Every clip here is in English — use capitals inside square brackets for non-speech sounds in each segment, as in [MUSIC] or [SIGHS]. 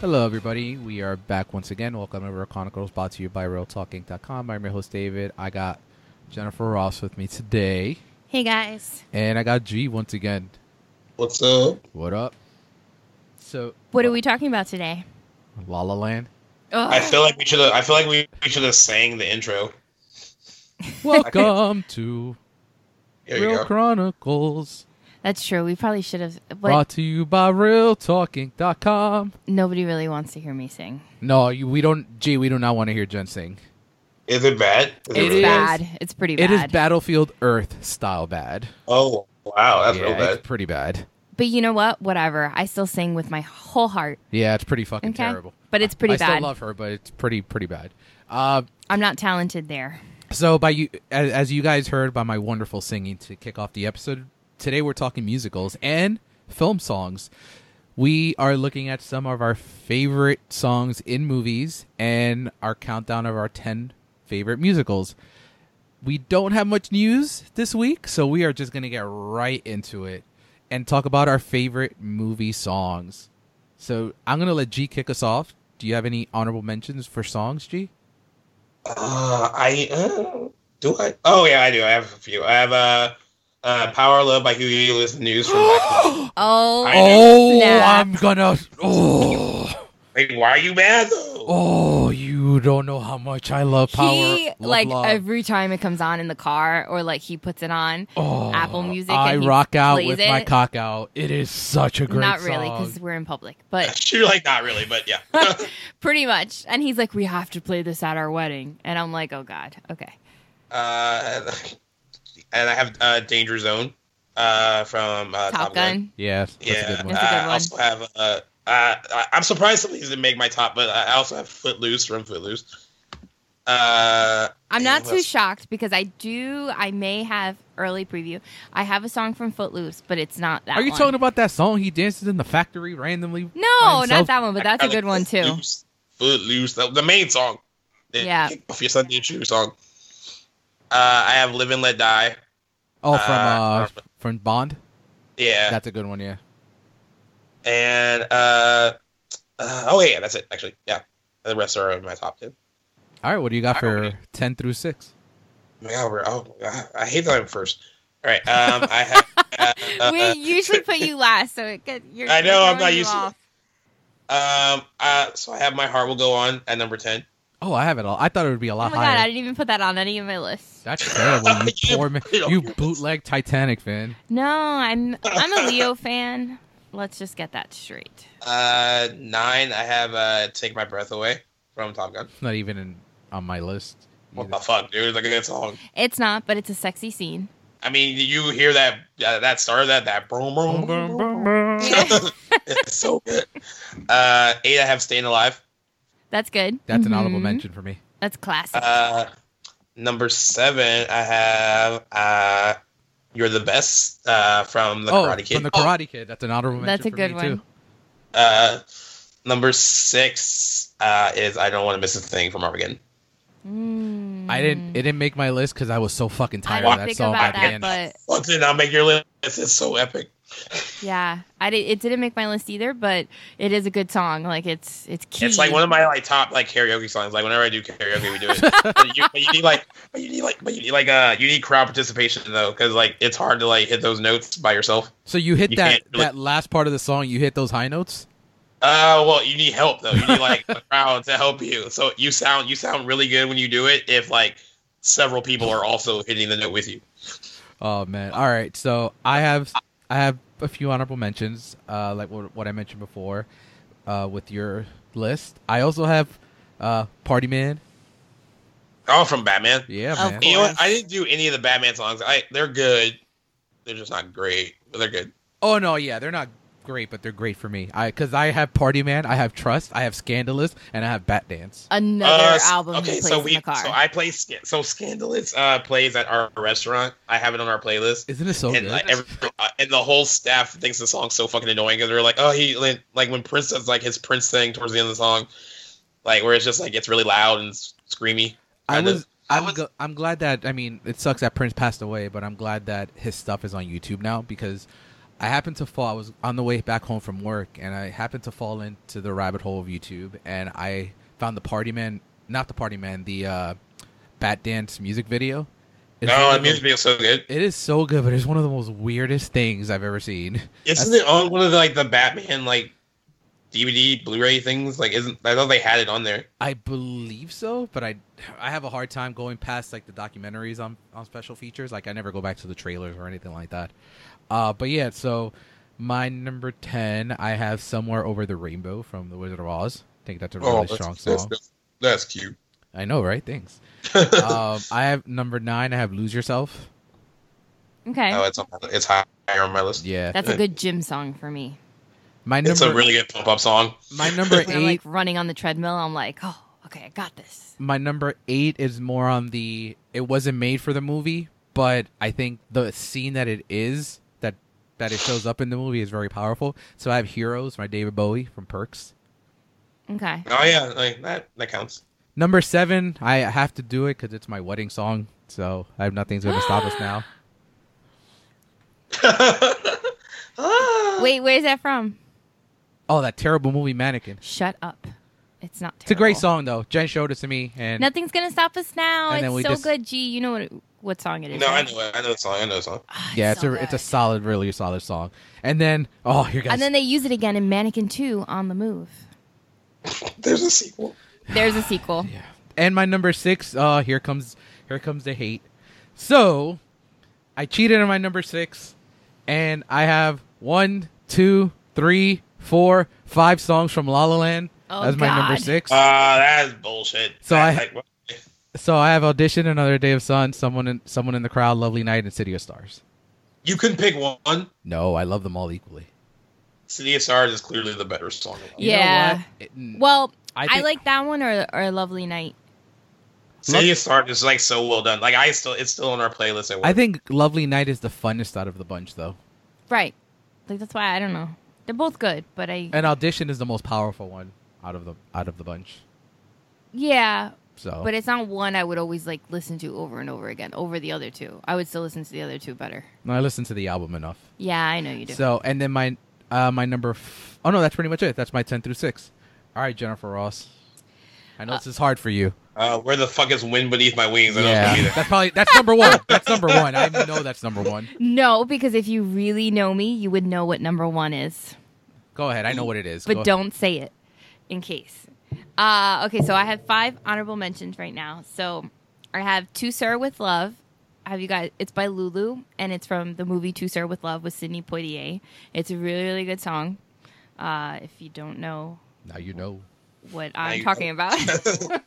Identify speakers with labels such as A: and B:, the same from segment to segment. A: Hello, everybody. We are back once again. Welcome to Chronicles, brought to you by RealTalking.com. I'm your host, David. I got Jennifer Ross with me today,
B: Hey guys,
A: and I got G once again.
C: What's up?
A: What up? So,
B: what are we talking about today?
A: La La
B: [LAUGHS]
A: Land.
B: Ugh.
C: I feel like we should. have I feel like we, we should have sang the intro.
A: Welcome to
C: There you
A: Real
C: go.
A: Chronicles,
B: that's true. We probably should have, but
A: brought to you by RealTalking.com.
B: nobody really wants to hear me sing.
A: No, you, we don't. G, we do not want to hear Jen sing.
C: is it bad? Is
A: It
B: It's
A: is.
C: really
B: bad. It's pretty
A: It
B: bad.
A: is Battlefield Earth style bad.
C: Oh wow, that's
A: yeah,
C: real bad.
A: it's pretty bad.
B: But you know what? Whatever. I still sing with my whole heart.
A: Yeah, it's pretty fucking
B: Okay.
A: terrible.
B: But it's pretty
A: I
B: bad.
A: still love her, but it's pretty pretty bad. Uh,
B: I'm not talented there.
A: so by you, as, as you guys heard by my wonderful singing to kick off the episode, today we're talking musicals and film songs. We are looking at some of our favorite songs in movies and our countdown of our ten favorite musicals. We don't have much news this week, so we are just gonna get right into it and talk about our favorite movie songs. So I'm gonna let G kick us off. Do you have any honorable mentions for songs, G?
C: Uh, I uh, do I? Oh yeah, I do. I have a few. I have uh, uh, Power Love by Huey Lewis News from. Back-
B: Oh,
C: I know.
A: Oh,
B: Snap.
A: I'm gonna. Oh,
C: [GASPS] Like, why are you mad though?
A: oh, you don't know how much I love power.
B: he
A: Love,
B: like
A: love.
B: every time it comes on in the car or like he puts it on.
A: Oh,
B: Apple Music
A: I
B: and he
A: rock out
B: plays
A: with my
B: it.
A: cock out. It is such a great
B: not really
A: song.
B: because we're in public, but
C: [LAUGHS] You're like not really,
A: [LAUGHS]
C: but yeah.
B: pretty much. And he's like, "We have to play this at our wedding," and I'm like, "Oh God, okay."
C: uh, and I have uh, Danger Zone uh, from uh,
B: Top Gun.
A: Yes, that's
C: Yeah,
A: a good one.
B: That's a good
C: I
B: one.
C: also have. Uh, uh, I- I'm surprised somebody didn't make my top, but I also have Footloose from Footloose. Uh,
B: I'm not
C: Yeah,
B: too
C: let's-
B: shocked because I do. I may have early preview. I have a song from Footloose, but it's not that.
A: Are you
B: one.
A: talking about that song he dances in the factory randomly?
B: No,
A: himself?
B: not that one, but that's a good one
C: [LAUGHS]
B: too.
C: Footloose, Footloose, the, the main song. The
B: Yeah.
C: Kick off your Sunday shoes song. Uh, I have Live and Let Die.
A: Oh, from uh,
C: Uh,
A: from Bond.
C: Yeah,
A: That's a good one. Yeah.
C: and uh, uh, oh yeah, that's it actually. Yeah, the rest are in my top ten.
A: All right, what do you got
C: I
A: for
C: don't
A: ten through six?
C: Yeah, we're, oh, I- I hate that I'm first. All right, um, I have.
B: [LAUGHS]
C: Uh,
B: we usually put you last, so it could, you're.
C: I know,
B: you're
C: I'm
B: throwing
C: not
B: you
C: used to
B: off.
C: Um. Uh. So I have my heart will go on at number ten.
A: Oh, I have it all. I thought it would be a
B: Oh my
A: lot
B: god, I
A: higher.
B: didn't even put that on any of my lists.
A: That's
C: [LAUGHS]
A: terrible. You
C: You
A: poor man.
C: put it on
A: You
C: your list.
A: bootleg Titanic fan.
B: No, I'm I'm a
C: [LAUGHS]
B: Leo fan. Let's just get that straight.
C: Uh. Nine. I have uh. Take my breath away from Top Gun.
A: It's not even in, on my list.
C: What
A: either.
C: the fuck, dude? Like that song.
B: It's not, but it's a sexy scene.
C: I mean, you hear that uh, that start of that that boom boom boom. boom, boom. [LAUGHS] it's so good. Uh. Eight. I have staying alive.
B: That's good.
A: That's an honorable
B: Mhm.
A: mention for me.
B: That's classic.
C: Uh. Number seven. I have uh. You're the best. Uh. From the
A: oh,
C: Karate Kid.
A: from the Karate Kid. That's an honorable mention.
B: That's a
A: for
B: good
A: me,
B: one.
A: Too.
C: Uh. Number six. Uh. Is I don't want to miss a thing from Armageddon.
B: Mm.
A: I didn't. It didn't make my list because I was so fucking
B: I
A: tired
B: didn't
A: of that
B: think
A: song
B: about
A: by the
B: that,
A: end.
B: but
C: What did I make your list? It's so epic.
B: Yeah, I did, it didn't make my list either, but it is a good song. Like it's it's key.
C: It's like one of my like top like karaoke songs. Like whenever I do karaoke, we do it. but, you, but you need like, but you need like, but you need like uh, you need crowd participation though, because like it's hard to like hit those notes by yourself.
A: so you hit
C: You
A: that
C: can't do it.
A: that last part of the song. You hit those high notes.
C: Uh, well, you need help though. You need like a crowd to help you. So you sound you sound really good when you do it if like several people are also hitting the note with you.
A: Oh man. All right. So I have I have a few honorable mentions. Uh, like what, what I mentioned before, uh, with your list. I also have, uh, Party Man.
C: Oh, from Batman.
A: Yeah,
B: Of
A: man.
C: You know what?
B: course.
C: I didn't do any of the Batman songs. I they're good. They're just not great, but they're good.
A: Oh no, yeah, they're not great, but they're great for me. I because I have Party Man, I have Trust, I have Scandalous, and I have Bat Dance.
B: another
C: Uh, s-
B: album. he plays
C: so
B: in the car.
C: so I play Sca- so Scandalous uh, plays at our restaurant. I have it on our playlist,
A: Isn't it so
C: and
A: good?
C: like, every, uh, and the whole staff thinks the song's so fucking annoying because they're like, oh, he like, like when Prince does like his Prince thing towards the end of the song, like where it's just like it's really loud and s- screamy.
A: I
C: kinda.
A: was. I'm,
C: was-
A: gl- I'm glad that I mean it sucks that Prince passed away, but I'm glad that his stuff is on YouTube now because I happened to fall. I was on the way back home from work, and I happened to fall into the rabbit hole of YouTube, and I found the Party Man, not the Party Man, the uh, Bat Dance music video. It's one
C: No,
A: of
C: that
A: the-
C: Oh, music video so good.
A: It is so good, but it's one of the most weirdest things I've ever seen. [LAUGHS]
C: Isn't it on one of the, like the Batman like DVD Blu-ray things? Like, isn't I thought they had it on there?
A: I believe so, but I I have a hard time going past like the documentaries on on special features. Like I never go back to the trailers or anything like that. Uh, but yeah, so my number ten, I have somewhere over the rainbow from The Wizard of Oz. I think that's a really strong song.
C: Oh, that's, that's, that's cute. [LAUGHS]
A: I know, right? Thanks. um, I have number nine. I have Lose Yourself.
B: Okay.
A: Oh,
C: No, Oh, it's on, it's higher on my list.
A: Yeah,
B: That's a good gym song for me.
A: my
C: It's
A: number
C: a really good pump up song.
A: my
C: [LAUGHS]
A: number
B: When I'm
A: eight.
B: like running on the treadmill, I'm like, oh, okay, I got this.
A: my number eight is more on the it wasn't made for the movie but i think the scene that it is that that it shows up in the movie is very powerful so i have heroes by david bowie from perks
C: [GASPS]
B: Okay.
C: Oh yeah, like that that counts.
A: number seven i have to do it because it's my wedding song so i have nothing's gonna stop us
B: [GASPS]
A: now
C: Ah.
B: Wait, where's that from?
A: oh that terrible movie mannequin
B: Shut up. It's not. Terrible.
A: it's a great song though jen showed it to me and
B: Nothing's gonna stop us now.
A: And then we
B: It's so
A: just-
B: good, G. You know what what song it is?
C: No, I
B: right?
C: know it. I know the song. I know the song.
B: Ah,
A: yeah it's
B: so
A: a it's a
B: good.
A: solid really solid song and then oh here guys
B: And then they use it again in Mannequin Two on the
A: [SIGHS]
B: Move.
C: There's a sequel.
B: There's a sequel.
A: Yeah. And my number six, uh, here comes here comes the hate. So I cheated on my number six, and I have one, two, three, four, five songs from La La Land.
B: Oh,
A: That's my number
B: God.
A: six.
C: Ah, that's bullshit.
A: So
C: That's
A: I-
C: like, what-
A: so I have audition, another day of sun, someone in someone in the crowd, lovely night, and City of Stars.
C: you couldn't pick one.
A: No, I love them all equally.
C: City of Stars is clearly the better song.
A: You know
B: Yeah.
A: what? It- n-
B: Well,
A: I
B: I,
A: think-
B: like that one or or Lovely Night.
C: City of Stars is like so well done. Like I still, it's still on our playlist. At work.
A: I think Lovely Night is the funnest out of the bunch, though.
B: Right. Like that's why I don't know. They're both good, but I
A: And audition is the most powerful one out of the out of the bunch.
B: yeah,
A: So,
B: but it's not one I would always like listen to over and over again over the other two. I would still listen to the other two better.
A: I listened to the album enough.
B: Yeah, I know you do.
A: So, and then my uh, my number. F- oh no, that's pretty much it. That's my ten through six. All right, Jennifer Ross. I know this is hard for you.
C: Uh, where the fuck is Wind Beneath My Wings? I don't know either.
A: that's probably that's number one. That's number one. I know that's number one.
B: no, because if you really know me, you would know what number one is.
A: Go ahead. I know what it is. Go-
B: but don't say it in case. Uh, okay, so I have five honorable mentions right now. So I have To Sir with Love. Have you guys? It's by Lulu, and it's from the movie To Sir with Love with Sidney Poitier. It's a really, really good song. Uh, if you don't know
A: Now you know.
B: what
C: you
B: I'm
C: know.
B: talking about,
C: [LAUGHS]
B: uh,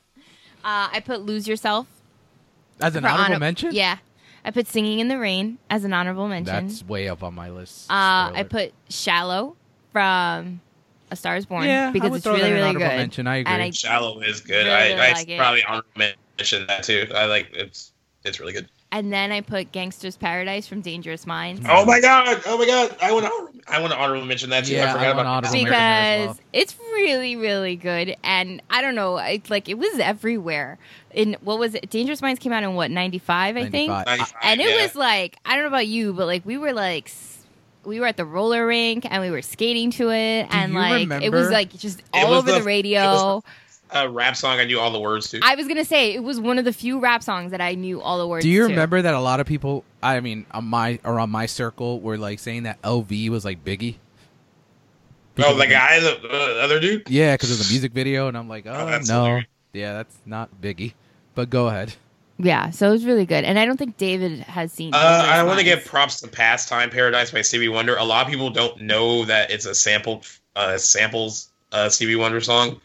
B: I put Lose Yourself.
A: As an
B: for
A: honorable
B: honor-
A: mention.
B: Yeah. I put Singing in the Rain as an honorable mention.
A: That's way up on my list.
B: uh, I
A: Spoiler.
B: put Shallow from A Star is Born
A: yeah I
B: because
A: would
B: it's
A: throw that
B: really,
A: in
B: really
A: honorable
B: good.
A: Mention. I agree.
B: And I-
C: Shallow is good.
B: Really
C: I, I
B: like it.
C: probably honor mention that too. I like it's it's really good.
B: And then I put Gangster's Paradise from Dangerous Minds.
A: Mm.
C: Oh my god! Oh my god! I want to I want to honorable mention that too.
A: Yeah,
C: I
A: I
C: forgot
A: want
C: about
A: honorable-
C: that.
A: American there as
B: Because it's really, really good. And I don't know, it's like it was everywhere. In what was it? Dangerous Minds came out in what, 95, I think?
A: 95.
C: Ninety-five,
B: And it
C: yeah.
B: was like, I don't know about you, but like we were like, s- we were at the roller rink and we were skating to it.
A: Do
B: and
A: you
B: like, it
A: remember-
B: was like just all
C: was
B: over
C: the-
B: the,
C: it
B: radio.
C: was a rap song. I knew all the words to.
B: I was going to say, it was one of the few rap songs that I knew all the words
A: Do you
B: to.
A: remember that a lot of people? I mean, on my around my circle were like saying that LV was like Biggie.
C: oh, the guy, the, the other dude.
A: Yeah, because of the music video, and I'm like, oh,
C: that's
A: no,
C: hilarious.
A: yeah, that's not Biggie. But go ahead.
B: Yeah, so it was really good. And I don't think David has seen
C: Uh, I want to
B: Dangerous
C: give props to "Pastime Paradise" by Stevie Wonder. A lot of people don't know that it's a sample, uh, samples uh, Stevie Wonder song.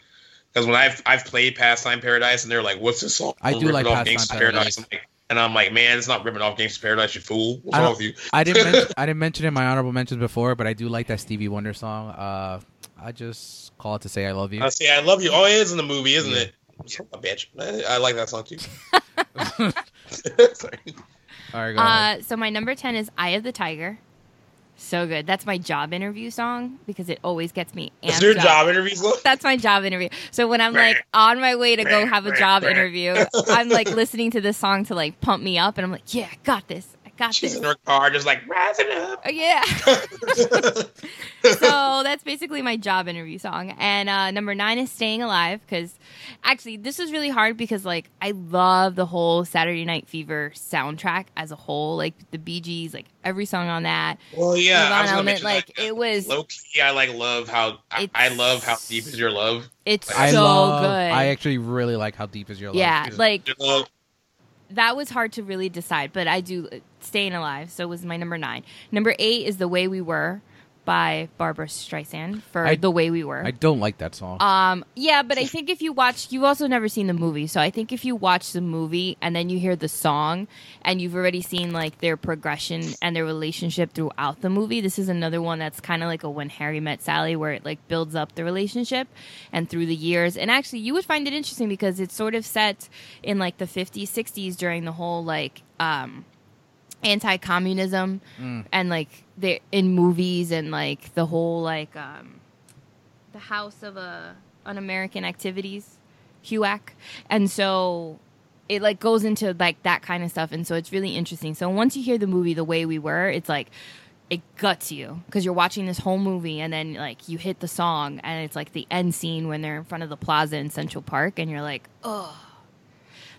C: Because when I've I've played "Pastime Paradise" and they're like, "What's this song?"
A: I do
C: ripping
A: like
C: off
A: Pastime
C: Gangsta
A: Paradise.
C: I'm like- and I'm like, "Man, it's not ripping off Gangsta Paradise, you fool! What's
A: I
C: wrong
A: don't-
C: with you?"
A: I didn't.
C: [LAUGHS]
A: mention, I didn't mention it in my honorable mentions before, but I do like that Stevie Wonder song. Uh, I just call it to say I love you.
C: I say, "I love you." Oh, it is in the movie, isn't
A: Yeah.
C: it? Son of a bitch. I, I like that song
A: [LAUGHS]
C: too. [LAUGHS] Sorry.
A: All right, go ahead.
B: Uh, so my number 10 is Eye of the Tiger. So good. That's my job interview song because it always gets me amped
C: Is your
B: up.
C: job interview song?
B: That's my job interview. So when I'm like on my way to go
C: [LAUGHS]
B: have a job interview, I'm like listening to this song to like pump me up and I'm like, yeah, I got this. I Got
C: She's
B: this.
C: in her car, just like rising up.
B: Uh,
C: [LAUGHS]
B: yeah. so that's basically my job interview song. And uh, number nine is Staying Alive because actually this was really hard because like I love the whole Saturday Night Fever soundtrack as a whole, like the Bee Gees, like every song on that.
C: well, yeah, I
B: Nirvana
C: was gonna
B: element,
C: mention
B: like
C: that.
B: it was,
C: low key. I like love how I, I
B: It's-
C: love how deep is your love.
B: it's
A: I
B: uh, so
A: love.
B: good.
A: I actually really like how deep is your love.
B: yeah,
A: too.
B: like
C: Your love.
B: that was hard to really decide, but I do uh, Staying Alive. So was my number nine. Number eight is The Way We Were by Barbara Streisand for
A: I-
B: The Way We Were.
A: I don't like that song.
B: Um, yeah, but I think if you watch, you've also never seen the movie, so I think if you watch the movie and then you hear the song, and you've already seen like their progression and their relationship throughout the movie, this is another one that's kind of like a When Harry Met Sally, where it like builds up the relationship and through the years. And actually, you would find it interesting because it's sort of set in like the 50s, 60s during the whole like um, anti-communism
A: Mm.
B: and like they in movies and like the whole like um the house of uh un-american activities huac and so it like goes into like that kind of stuff and so it's really interesting so once you hear the movie the way we were it's like it guts you because you're watching this whole movie and then like you hit the song and it's like the end scene when they're in front of the plaza in central park and you're like oh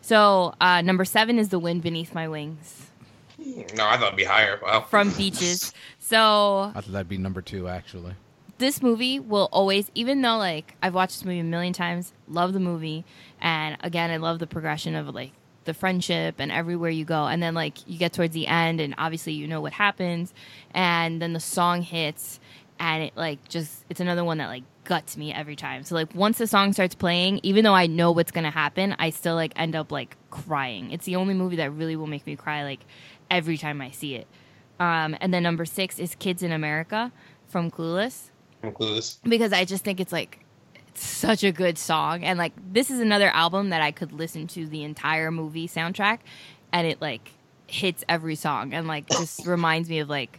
B: so uh, number seven is the wind beneath my wings
C: No, I thought it'd be higher. Wow.
B: from beaches so
A: I thought that'd be number two, actually.
B: this movie will always, even though like I've watched this movie a million times, love the movie, and again I love the progression of like the friendship and everywhere you go, and then like you get towards the end, and obviously you know what happens, and then the song hits, and it like just it's another one that like guts me every time. So like once the song starts playing, even though I know what's gonna happen, I still like end up like crying. It's the only movie that really will make me cry like every time I see it. Um, and then number six is Kids in America from Clueless
C: [LAUGHS] I'm clueless.
B: because I just think it's like it's such a good song and like this is another album that I could listen to the entire movie soundtrack and it like hits every song and like just reminds me of like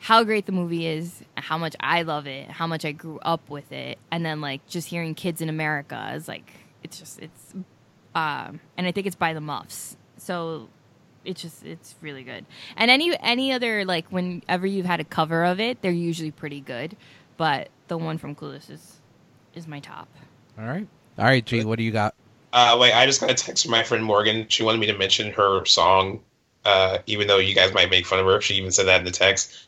B: how great the movie is, how much I love it, how much I grew up with it, and then like just hearing "Kids in America" is like it's just it's, um, and I think it's by the Muffs, so it's just it's really good. And any any other like whenever you've had a cover of it, they're usually pretty good, but the one from Clueless is is my top.
A: All right. All right, G, what do you got?
C: Uh, wait, I just got a text from my friend Morgan. She wanted me to mention her song, uh, even though you guys might make fun of her. She even said that in the text.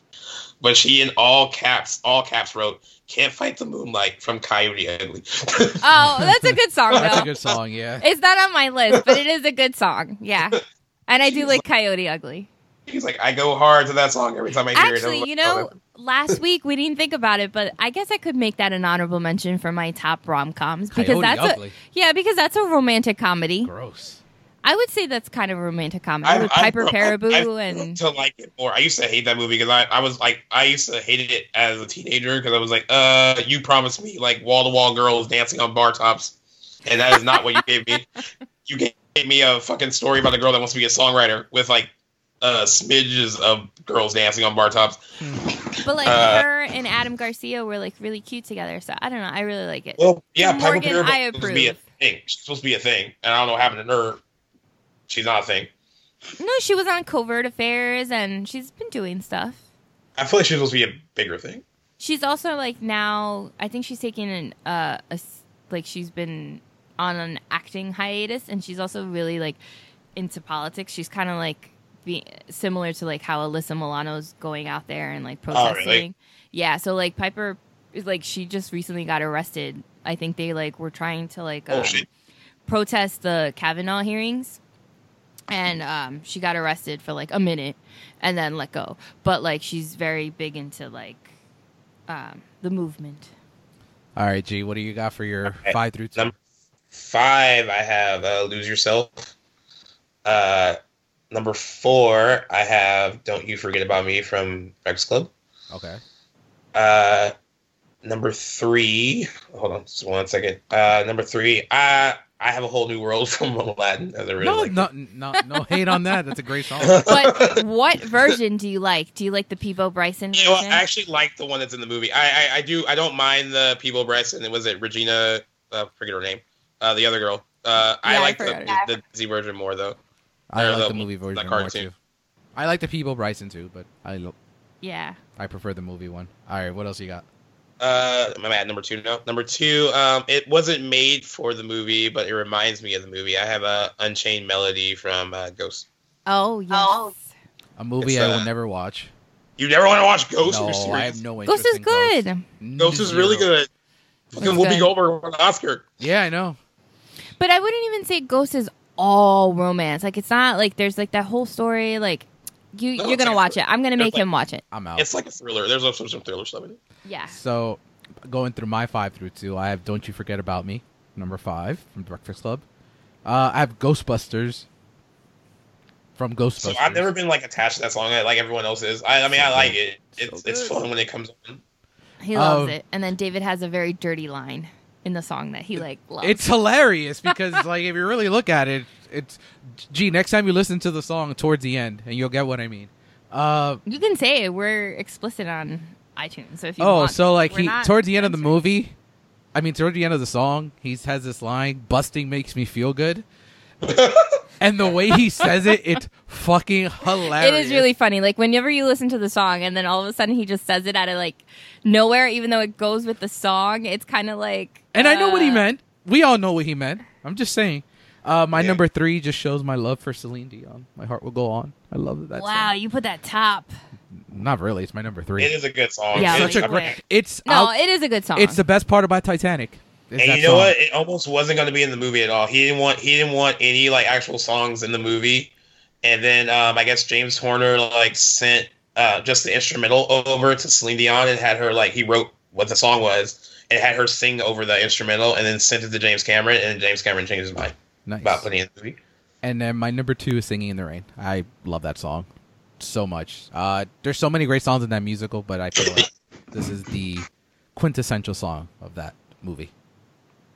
C: But she, in all caps, all caps, wrote "Can't Fight the Moonlight" from Coyote Ugly. [LAUGHS]
B: Oh, that's a good
A: [LAUGHS]
B: song
A: That's a
B: though.
A: good song, yeah.
B: It's not on my list, but it is a good song. Yeah, and I do like Coyote Ugly.
C: He's like, I go hard to that song every time I hear it. I'm
B: Actually,
C: like,
B: you
C: "Oh,
B: know, last week we didn't think about it, but I guess I could make that an honorable mention for my top rom coms because
A: Coyote
B: that's
A: Ugly.
B: a yeah because that's a romantic comedy.
A: Gross.
B: I would say that's kind of a romantic comedy
C: I've-
B: with
C: I've [LAUGHS]
B: Piper
C: grown-
B: Perabo
C: I've grown
B: and
C: to like it more. I used to hate that movie because I, I was like I used to hate it as a teenager because I was like, uh, you promised me like wall to wall girls dancing on bar tops, and that is not what you gave
B: [LAUGHS]
C: me. You gave me a fucking story about a girl that wants to be a songwriter with like uh smidges of girls dancing on bar tops.
B: but like
C: uh,
B: her and Adam Garcia were like really cute together. So I don't know. I really like it.
C: Well, yeah,
B: Morgan,
C: Piper
B: I
C: Perabo is supposed to be a
B: approve.
C: thing. She's supposed to be a thing, and I don't know what happened to her. She's not a thing.
B: No, she was on Covert Affairs and she's been doing stuff.
C: I feel like she's supposed to be a bigger thing.
B: She's also like now. I think she's taking an uh, a s- like she's been on an acting hiatus, and she's also really like into politics. She's kind of like be similar to like how Alyssa Milano's going out there and like
C: Oh, really?
B: protesting. Yeah, so like Piper is like she just recently got arrested. I think they like were trying to like
C: Oh
B: um,
C: shit!
B: protest the Kavanaugh hearings. And um, she got arrested for like a minute and then let go. But like she's very big into like um, the movement.
A: All right, G, what do you got for your
C: right.
A: five through two?
C: Number five, I have uh, Lose Yourself. Uh, number four, I have Don't You Forget About Me from Rex Club.
A: Okay.
C: Uh, number three, hold on just one second. Uh, number three, I, I have a whole new world [LAUGHS] from Aladdin. I really
A: No,
C: like
A: no, no, no hate on that. That's a
C: [LAUGHS]
A: great song.
C: it.
B: But what version do you like? Do you like the Peebo Bryson
C: You
B: version?
C: know, I actually like the one that's in the movie. I, I, I do. I don't mind the people Bryson. It was it Regina. Uh, forget her name. Uh, the other girl.
B: Yeah,
C: Uh,
B: I
C: I like
B: forgot
C: the,
B: her
C: the, the Z version more though.
A: I
C: Or
A: like
C: the-
A: the movie version
C: the
A: more
C: cartoon.
A: too. I like the Peebo Bryson too, but I lo-
B: Yeah.
A: I prefer the movie one. All right, what else you got?
C: Uh, am I at number two now? Number two, um, it wasn't made for the movie, but it reminds me of the movie. I have a Unchained Melody from uh, Ghost.
B: Oh yes.
D: Oh.
A: A movie
C: It's,
A: I will
C: uh,
A: never watch.
C: You never want to watch Ghost? Are you
A: no, I
C: serious?
A: have no interest.
B: Ghost is
A: in
B: good.
A: Ghost,
C: Ghost is really
A: Zero.
C: good. Because
B: good.
C: Whoopi Goldberg won an Oscar.
A: Yeah, I know.
B: But I wouldn't even say Ghost is all romance. Like it's not like there's like that whole story. Like you
C: No,
B: you're
C: it's
B: gonna
C: like-
B: watch it. I'm gonna
C: it's
B: make
C: like-
B: him watch it.
A: I'm out.
C: It's like a thriller. There's also some thriller stuff in it.
B: Yeah.
A: So, going through my five through two, I have "Don't You Forget About Me," number five from Breakfast Club. Uh, I have "Ghostbusters" from
C: So
A: Ghostbusters.
C: I've never been like attached to that song like everyone else is. I, I mean, I
A: So
C: like
A: good.
C: it. It's
A: So
C: it's
A: good.
C: fun when it comes on.
B: He loves
A: Um,
B: it. And then David has a very dirty line in the song that he like loves.
A: It's hilarious because,
B: [LAUGHS]
A: like, if you really look at it, it's. Gee, next time you listen to the song towards the end, and you'll get what I mean. Uh,
B: you can say it. we're explicit on iTunes. So if you
A: oh,
B: want,
A: so like
B: we're
A: he
B: not
A: towards the end of the
B: censoring.
A: movie, I mean towards the end of the song, he has this line, "Busting makes me feel
B: [LAUGHS]
A: good," and the way he says it, it's fucking hilarious.
B: It is really funny. Like whenever you listen to the song, and then all of a sudden he just says it out of like nowhere, even though it goes with the song. It's kind of like,
A: And I know what he
B: uh,
A: meant. We all know what he meant. I'm just saying. Uh, my
C: Yeah.
A: number three just shows my love for Celine Dion. My heart will go on. I love that.
B: Wow,
A: song.
B: you put that top.
A: Not really. It's my number three.
C: It is a good song.
B: Yeah,
C: It
A: Such
C: is-
A: a
B: like,
A: great.
B: wait.
A: It's
B: No,
A: I'll-
B: it is a good song.
A: it's the best part about Titanic. is
C: And
A: that
C: you know
A: song.
C: what? It almost wasn't going to be in the movie at all. He didn't want he didn't want any like actual songs in the movie. And then um, I guess James Horner like sent uh, just the instrumental over to Celine Dion and had her like he wrote what the song was and had her sing over the instrumental and then sent it to James Cameron and James Cameron changed his mind
A: Nice.
C: about putting it in the movie.
A: And then my number two is "Singing in the Rain." I love that song so much. Uh, there's so many great songs in that musical, but I feel [COUGHS] like this is the quintessential song of that movie.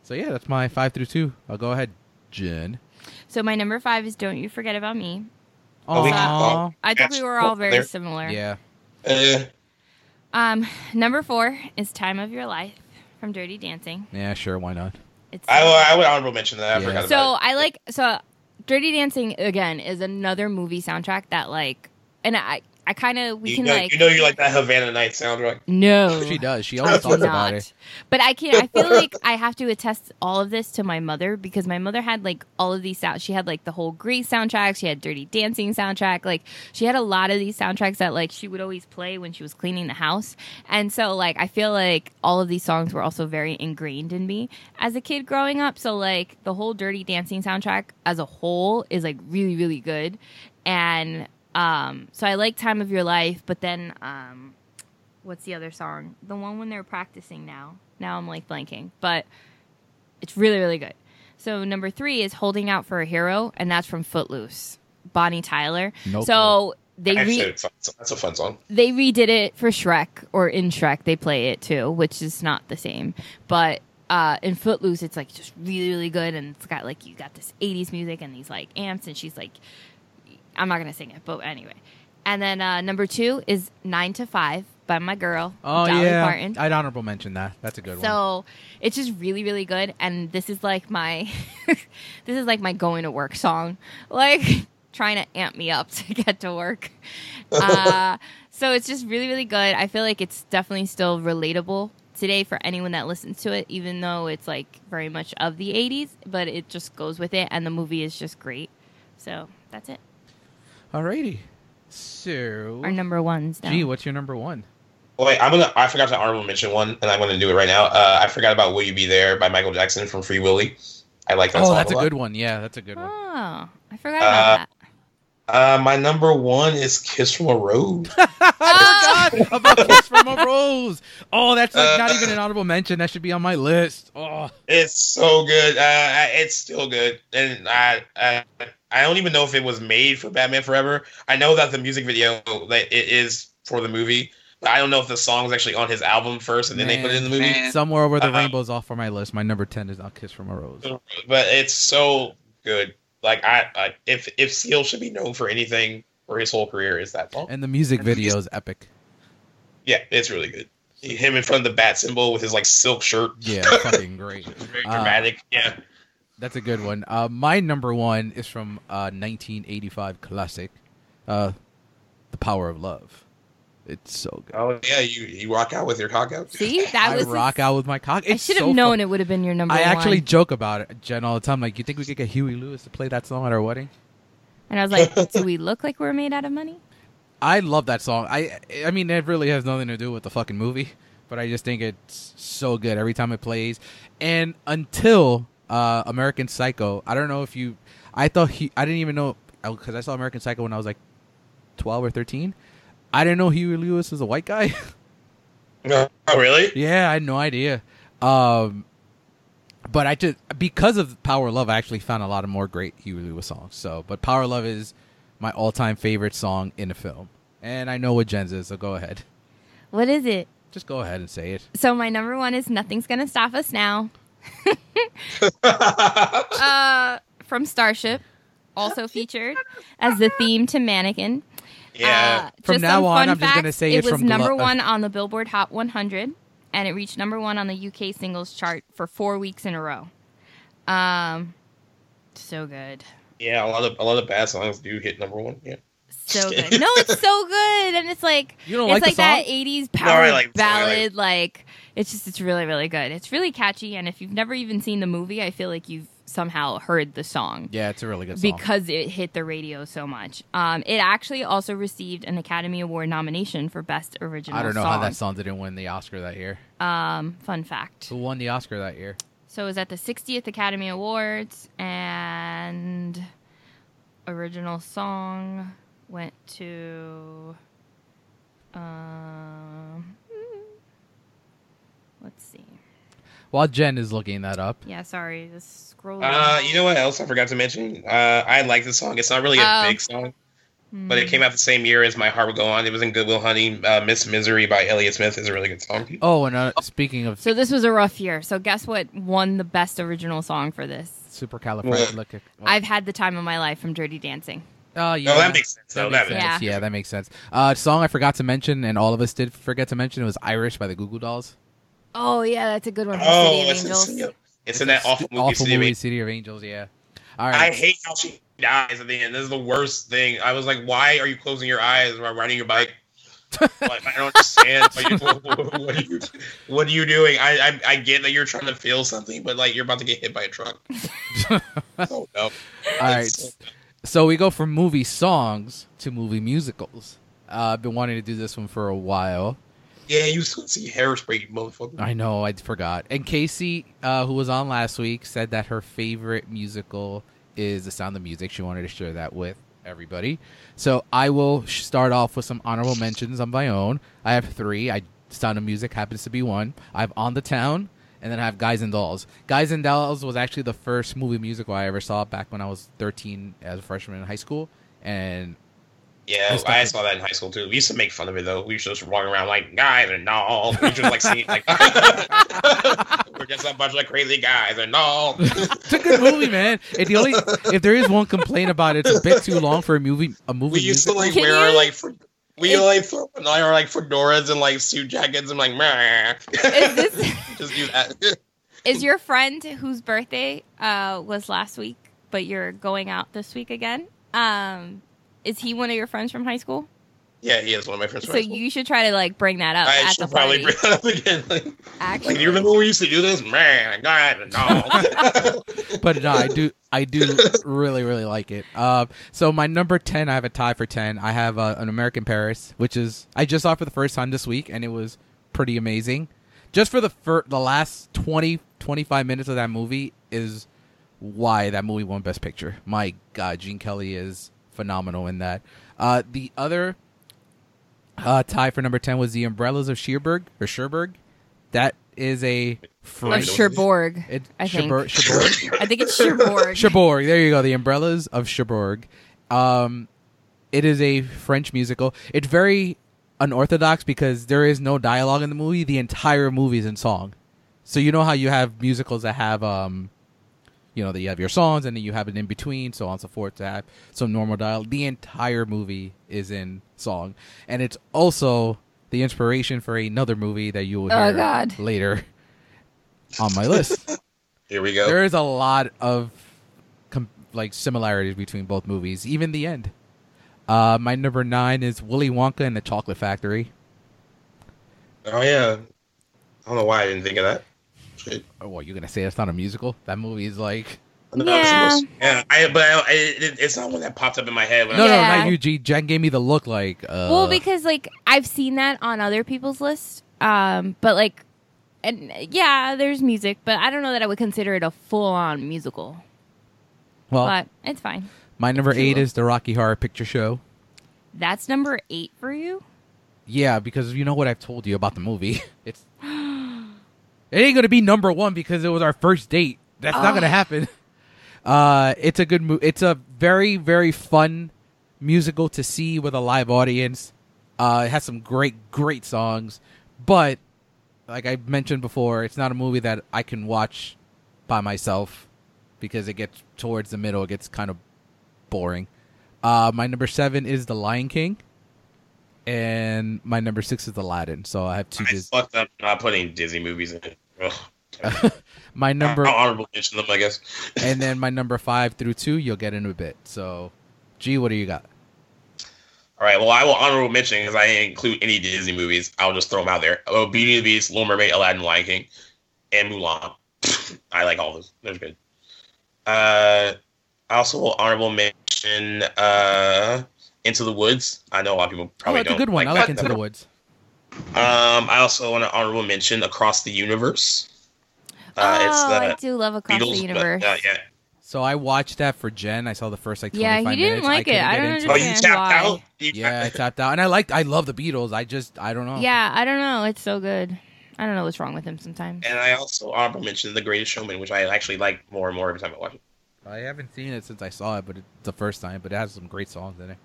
A: So yeah, that's my five through two. I'll go ahead, Jen.
B: so my number five is "Don't You Forget About Me."
C: Oh,
B: we-
A: Aw.
B: I think we were all very
C: There.
B: similar.
A: yeah.
C: Uh,
B: Um, number four is "Time of Your Life" from Dirty Dancing.
A: Yeah, sure, why not?
B: It's
C: I, I would honorable mention that. I
A: Yeah.
C: forgot about
B: so
C: it.
B: I like so Dirty Dancing again is another movie soundtrack that like, and I I kind of we
C: you
B: can
C: know,
B: like
C: you know you like that Havana Night sound right?
B: no
A: She does. She always talks about it.
B: But I can not I feel like I have to attest all of this to my mother because my mother had like all of these sounds. She had like the whole Grease soundtrack, she had Dirty Dancing soundtrack, like she had a lot of these soundtracks that like she would always play when she was cleaning the house. And so like I feel like all of these songs were also very ingrained in me as a kid growing up. So like the whole Dirty Dancing soundtrack as a whole is like really really good. And um so I like Time of Your Life, but then um what's the other song? The one when they're practicing now. Now I'm like blanking, but it's really really good. So number three is "Holding Out for a Hero," and that's from Footloose, Bonnie Tyler.
A: No
B: so they
C: Actually,
B: re-
C: it's a fun song. that's a fun song.
B: they redid it for Shrek or in Shrek they play it too, which is not the same. But uh, in Footloose it's like just really really good and it's got like you got this 80s music and these like amps and she's like I'm not going to sing it, but anyway. And then uh, number 2 is 9 to 5 by my girl
A: Oh
B: Dolly
A: yeah.
B: Parton.
A: I'd honorable mention that. That's a good one.
B: So it's just really, really good. And this is like my, [LAUGHS] this is like my going to work song, like [LAUGHS] trying to amp me up [LAUGHS] to get
A: [LAUGHS]
B: to work. Uh, so it's just really, really good. I feel like it's definitely still relatable today for anyone that listens to it, even though it's like very much of the 80s, but it just goes with it. And the movie is just great. So that's it.
A: Alrighty. So
B: Our number one's now.
A: Gee, what's your number one?
C: Wait, I'm gonna. I forgot to honorable mention one, and I'm gonna do it right now. Uh, I forgot about "Will You Be There" by Michael Jackson from Free Willy. I like that
A: oh,
C: song.
A: that's a
C: lot.
A: good one. Yeah, that's a good
B: [LAUGHS]
A: one.
B: Oh, I forgot about
C: Uh,
B: that.
C: Uh, my number one is "Kiss from a
A: [LAUGHS]
C: Rose."
B: [LAUGHS]
A: I forgot about Kiss from Ah! a Rose. Oh, that's like not
C: Uh,
A: even an honorable mention. That should be on my list. Oh,
C: it's so good. Uh, I- it's still good, and I, I I don't even know if it was made for Batman Forever. I know that the music video that it is for the movie, but I don't know if the song's actually on his album first, and then they put it in the movie.
D: Man.
A: somewhere where the
C: Uh-huh.
A: rainbow's off on my list. My number ten is not Kiss from a Rose.
C: but it's so good. Like I, I if if Seal should be known for anything for his whole career, is that song.
A: And the music video is epic.
C: Yeah, it's really good. Him in front of the bat symbol with his like silk shirt,
A: Yeah, fucking great.
C: It's very
A: Uh,
C: dramatic. yeah,
A: That's a good one. Uh, my number one is from uh, 1985 classic, uh, The Power of Love. It's so good.
C: Oh yeah, you you rock out with your cock out.
B: See, that
A: I
B: was.
A: rock out with my cock.
B: I
A: It's
B: should have
A: so
B: known
A: fun.
B: it would have been your number
A: I
B: one.
A: actually joke about it, Jen, all the time. Like, you think we could get Huey Lewis to play that song at our wedding?
B: And I was like, do we look like we're made out of money?
A: I love that song. I I mean, it really has nothing to do with the fucking movie, but I just think it's so good every time it plays. And until uh, American Psycho, I don't know if you. I thought he. I didn't even know because I saw American Psycho when I was like twelve or thirteen. I didn't know Huey Lewis was a white guy. [LAUGHS]
C: Oh really?
A: yeah, I had no idea. Um, but I just because of Power of Love, I actually found a lot of more great Huey Lewis songs. So, but Power of Love is my all-time favorite song in a film, and I know what Jen's is. So go ahead,
B: What is it?
A: just go ahead and say it.
B: So my number one is "Nothing's Gonna Stop Us Now"
C: oh
B: uh, from Starship,
A: [LAUGHS]
B: also featured as the theme to Mannequin.
C: yeah.
B: Uh,
A: From
B: just
A: now
B: some
A: on,
B: fun
A: I'm just gonna
B: facts.
A: say
B: it
A: it's
B: was
A: from
B: number
A: Glo- uh,
B: one on the Billboard Hot 100, and it reached number one on the UK singles chart for four weeks in a row. Um, so good,
C: yeah, a lot of a lot of bad songs do hit number one. Yeah.
B: so good. No, it's so good, and it's like
A: You don't
B: it's
A: like
B: like
A: the
B: that
A: song?
B: 80s power
C: I like the song, I like
B: ballad. like it's just it's really really good. It's really catchy, and if you've never even seen the movie, I feel like you've somehow heard the song
A: Yeah, it's a really good song.
B: because it hit the radio so much. Um, it actually also received an Academy Award nomination for Best Original.
A: I don't know
B: song.
A: how that song didn't win the Oscar that year.
B: Um, fun fact.
A: Who won the Oscar that year?
B: So it was at the 60th Academy Awards, and original song went to. Um, let's see.
A: While Jen is looking that up,
B: Yeah, sorry, this scroll.
C: Uh, you know what else I forgot to mention? Uh, I like the song. It's not really a
B: Oh.
C: big song, but
B: Hmm.
C: it came out the same year as My Heart Will Go On. It was in Goodwill Hunting. Uh, Miss Misery by Elliott Smith is a really good song.
A: oh, and uh, speaking of
B: So this was a rough year. So guess what won the best original song for this?
A: supercalifragilistic,
B: I've had the time of my life from Dirty Dancing.
A: oh
C: No, that makes sense. though. that
A: That
C: makes
A: makes
B: Yeah.
A: sense. Yeah, that makes sense. Uh, song I forgot to mention, and all of us did forget to mention, was "Irish" by the Goo Goo Dolls.
B: Oh yeah, that's a good one. From
C: Oh,
B: City of
C: it's in,
B: Angels.
C: City of- it's in that awful
A: St-
C: movie. City of Angels.
A: City of Angels. Yeah. All
C: I
A: right.
C: hate how she dies at the end. This is the worst thing. I was like, why are you closing your eyes while riding your bike? like, I don't understand. Like, what,
A: [LAUGHS]
C: what are you, [LAUGHS] what are you doing? I, I I get that you're trying to feel something, but like you're about to get hit by a
A: [LAUGHS]
C: truck. oh no!
A: all right. So we go from movie songs to movie musicals. Uh, I've been wanting to do this one for a while.
C: Yeah, you still see hairspray, you motherfucker.
A: I know, I forgot. And Casey, uh, who was on last week, said that her favorite musical is The Sound of Music. She wanted to share that with everybody. So I will sh- start off with some honorable mentions on my own. I have three. I Sound of Music happens to be one. I have On the Town, and then I have Guys and Dolls. Guys and Dolls was actually the first movie musical I ever saw back when I was 13 as a freshman in high school. And
C: Yeah,
A: That's
C: I
A: definitely-
C: saw that in high school too. We used to make fun of it though. We used to just walk around like guys and all. We just like singing like [LAUGHS] we're just a bunch of crazy guys and all.
A: it's a good movie, man. It, the only, if there is one complaint about it, it's a bit too long for a movie. A movie
C: we used to
A: musical.
C: like
B: Can
C: wear
B: you-
C: like for, we
B: Is-
C: like throw on our like fedoras and like suit jackets and like meh.
B: Is this
C: [LAUGHS] just do that.
B: is your friend whose birthday uh, was last week, but you're going out this week again? Um, is he one of your friends from high school?
C: yeah, he is one of my friends. from
B: So
C: high school.
B: you should try to like bring that up
C: I
B: at
C: should
B: the
C: probably
B: party.
C: bring that up again. [LAUGHS] Like,
B: Actually,
C: like, do you remember when we used to do this? Man, God, no.
A: but no, I do, I do really, really like it. Uh, so my number ten, I have a tie for ten. I have uh, an American Paris, which is I just saw for the first time this week, and it was pretty amazing. Just for the fir- the last 20, 25 minutes of that movie is why that movie won Best Picture. My God, Gene Kelly is phenomenal in that. Uh, the other uh, tie for number ten was The Umbrellas of Cherbourg or Cherbourg. That is a
B: of
A: French.
B: Cherbourg.
A: It,
B: I think.
A: Cherbourg- Cherbourg.
B: I think it's
C: [LAUGHS]
B: Cherbourg.
A: Cherbourg. There you go. The Umbrellas of Cherbourg. Um, it is a French musical. It's very unorthodox because there is no dialogue in the movie. The entire movie is in song. So you know how you have musicals that have, um, you know, that you have your songs and then you have an in between, so on and so forth to have some normal dialogue. The entire movie is in song, and it's also the inspiration for another movie that you will hear
B: Oh, God.
A: later on my list
C: [LAUGHS] Here we go.
A: there is a lot of com- like similarities between both movies, even the end. Uh, my number nine is Willy Wonka and the Chocolate Factory.
C: Oh yeah. I don't know why I didn't think of that. Shit.
A: Oh, what, you're gonna say that's not a musical? That movie is like
C: No, it's
B: Yeah.
C: most- yeah. I, but I, I, it, it's not one that popped up in my head. When
A: no,
C: I,
B: Yeah.
A: no, not you. G. Jen gave me the look like. Uh,
B: well, because like I've seen that on other people's list, um, but like, and yeah, there's music, but I don't know that I would consider it a full-on musical.
A: well,
B: but it's fine.
A: my number eight
C: Sure.
A: is the Rocky Horror Picture Show.
B: That's number eight for you.
A: Yeah, because you know what I've told you about the movie. [LAUGHS] It's it ain't gonna be number one because it was our first date. That's not gonna
B: Ugh.
A: happen. [LAUGHS] Uh, it's a good movie. It's a very very fun musical to see with a live audience. Uh, it has some great great songs, but like I mentioned before, it's not a movie that I can watch by myself because it gets towards the middle, it gets kind of boring. Uh, my number seven is The Lion King, and my number six is Aladdin. So I have two.
C: I
A: Dis-
C: fucked up not putting Disney movies in. it. Ugh.
A: my number [LAUGHS]
C: I'll honorable mention them, I guess.
A: and then my number five through two, you'll get in a bit. So, G, what do you got?
C: All right. Well, I will honorable mention because I didn't include any Disney movies. I'll just throw them out there. Oh, Beauty and the Beast, Little Mermaid, Aladdin, Lion King, and Mulan. [LAUGHS] I like all those. Those are good. Uh, I also will honorable mention uh, Into the Woods. I know a lot of people
A: Oh,
C: probably
A: that's a
C: don't
A: good one. I like
C: that.
A: Into the Woods.
C: Um, I also want to honorable mention Across the Universe. Uh,
B: oh,
C: it's
B: I
C: the
B: do love Across
C: Beatles,
B: the
C: but-
B: Universe.
C: uh, yeah.
A: So I watched that for Jen. I saw the first like
B: Yeah,
A: twenty-five
B: he didn't
A: minutes.
B: like it.
A: couldn't
B: I
A: get
B: don't
A: into
C: Oh, you
B: Understand
C: tapped
B: why.
C: out? You-
A: Yeah, I tapped out, and I liked. I love the Beatles. I just, I don't know.
B: Yeah, I don't know. It's so good. I don't know what's wrong with him sometimes.
C: And I also honorable mention The Greatest Showman, which I actually like more and more every time I watch it.
A: I haven't seen it since I saw it, but it, the first time. But it has some great songs in it.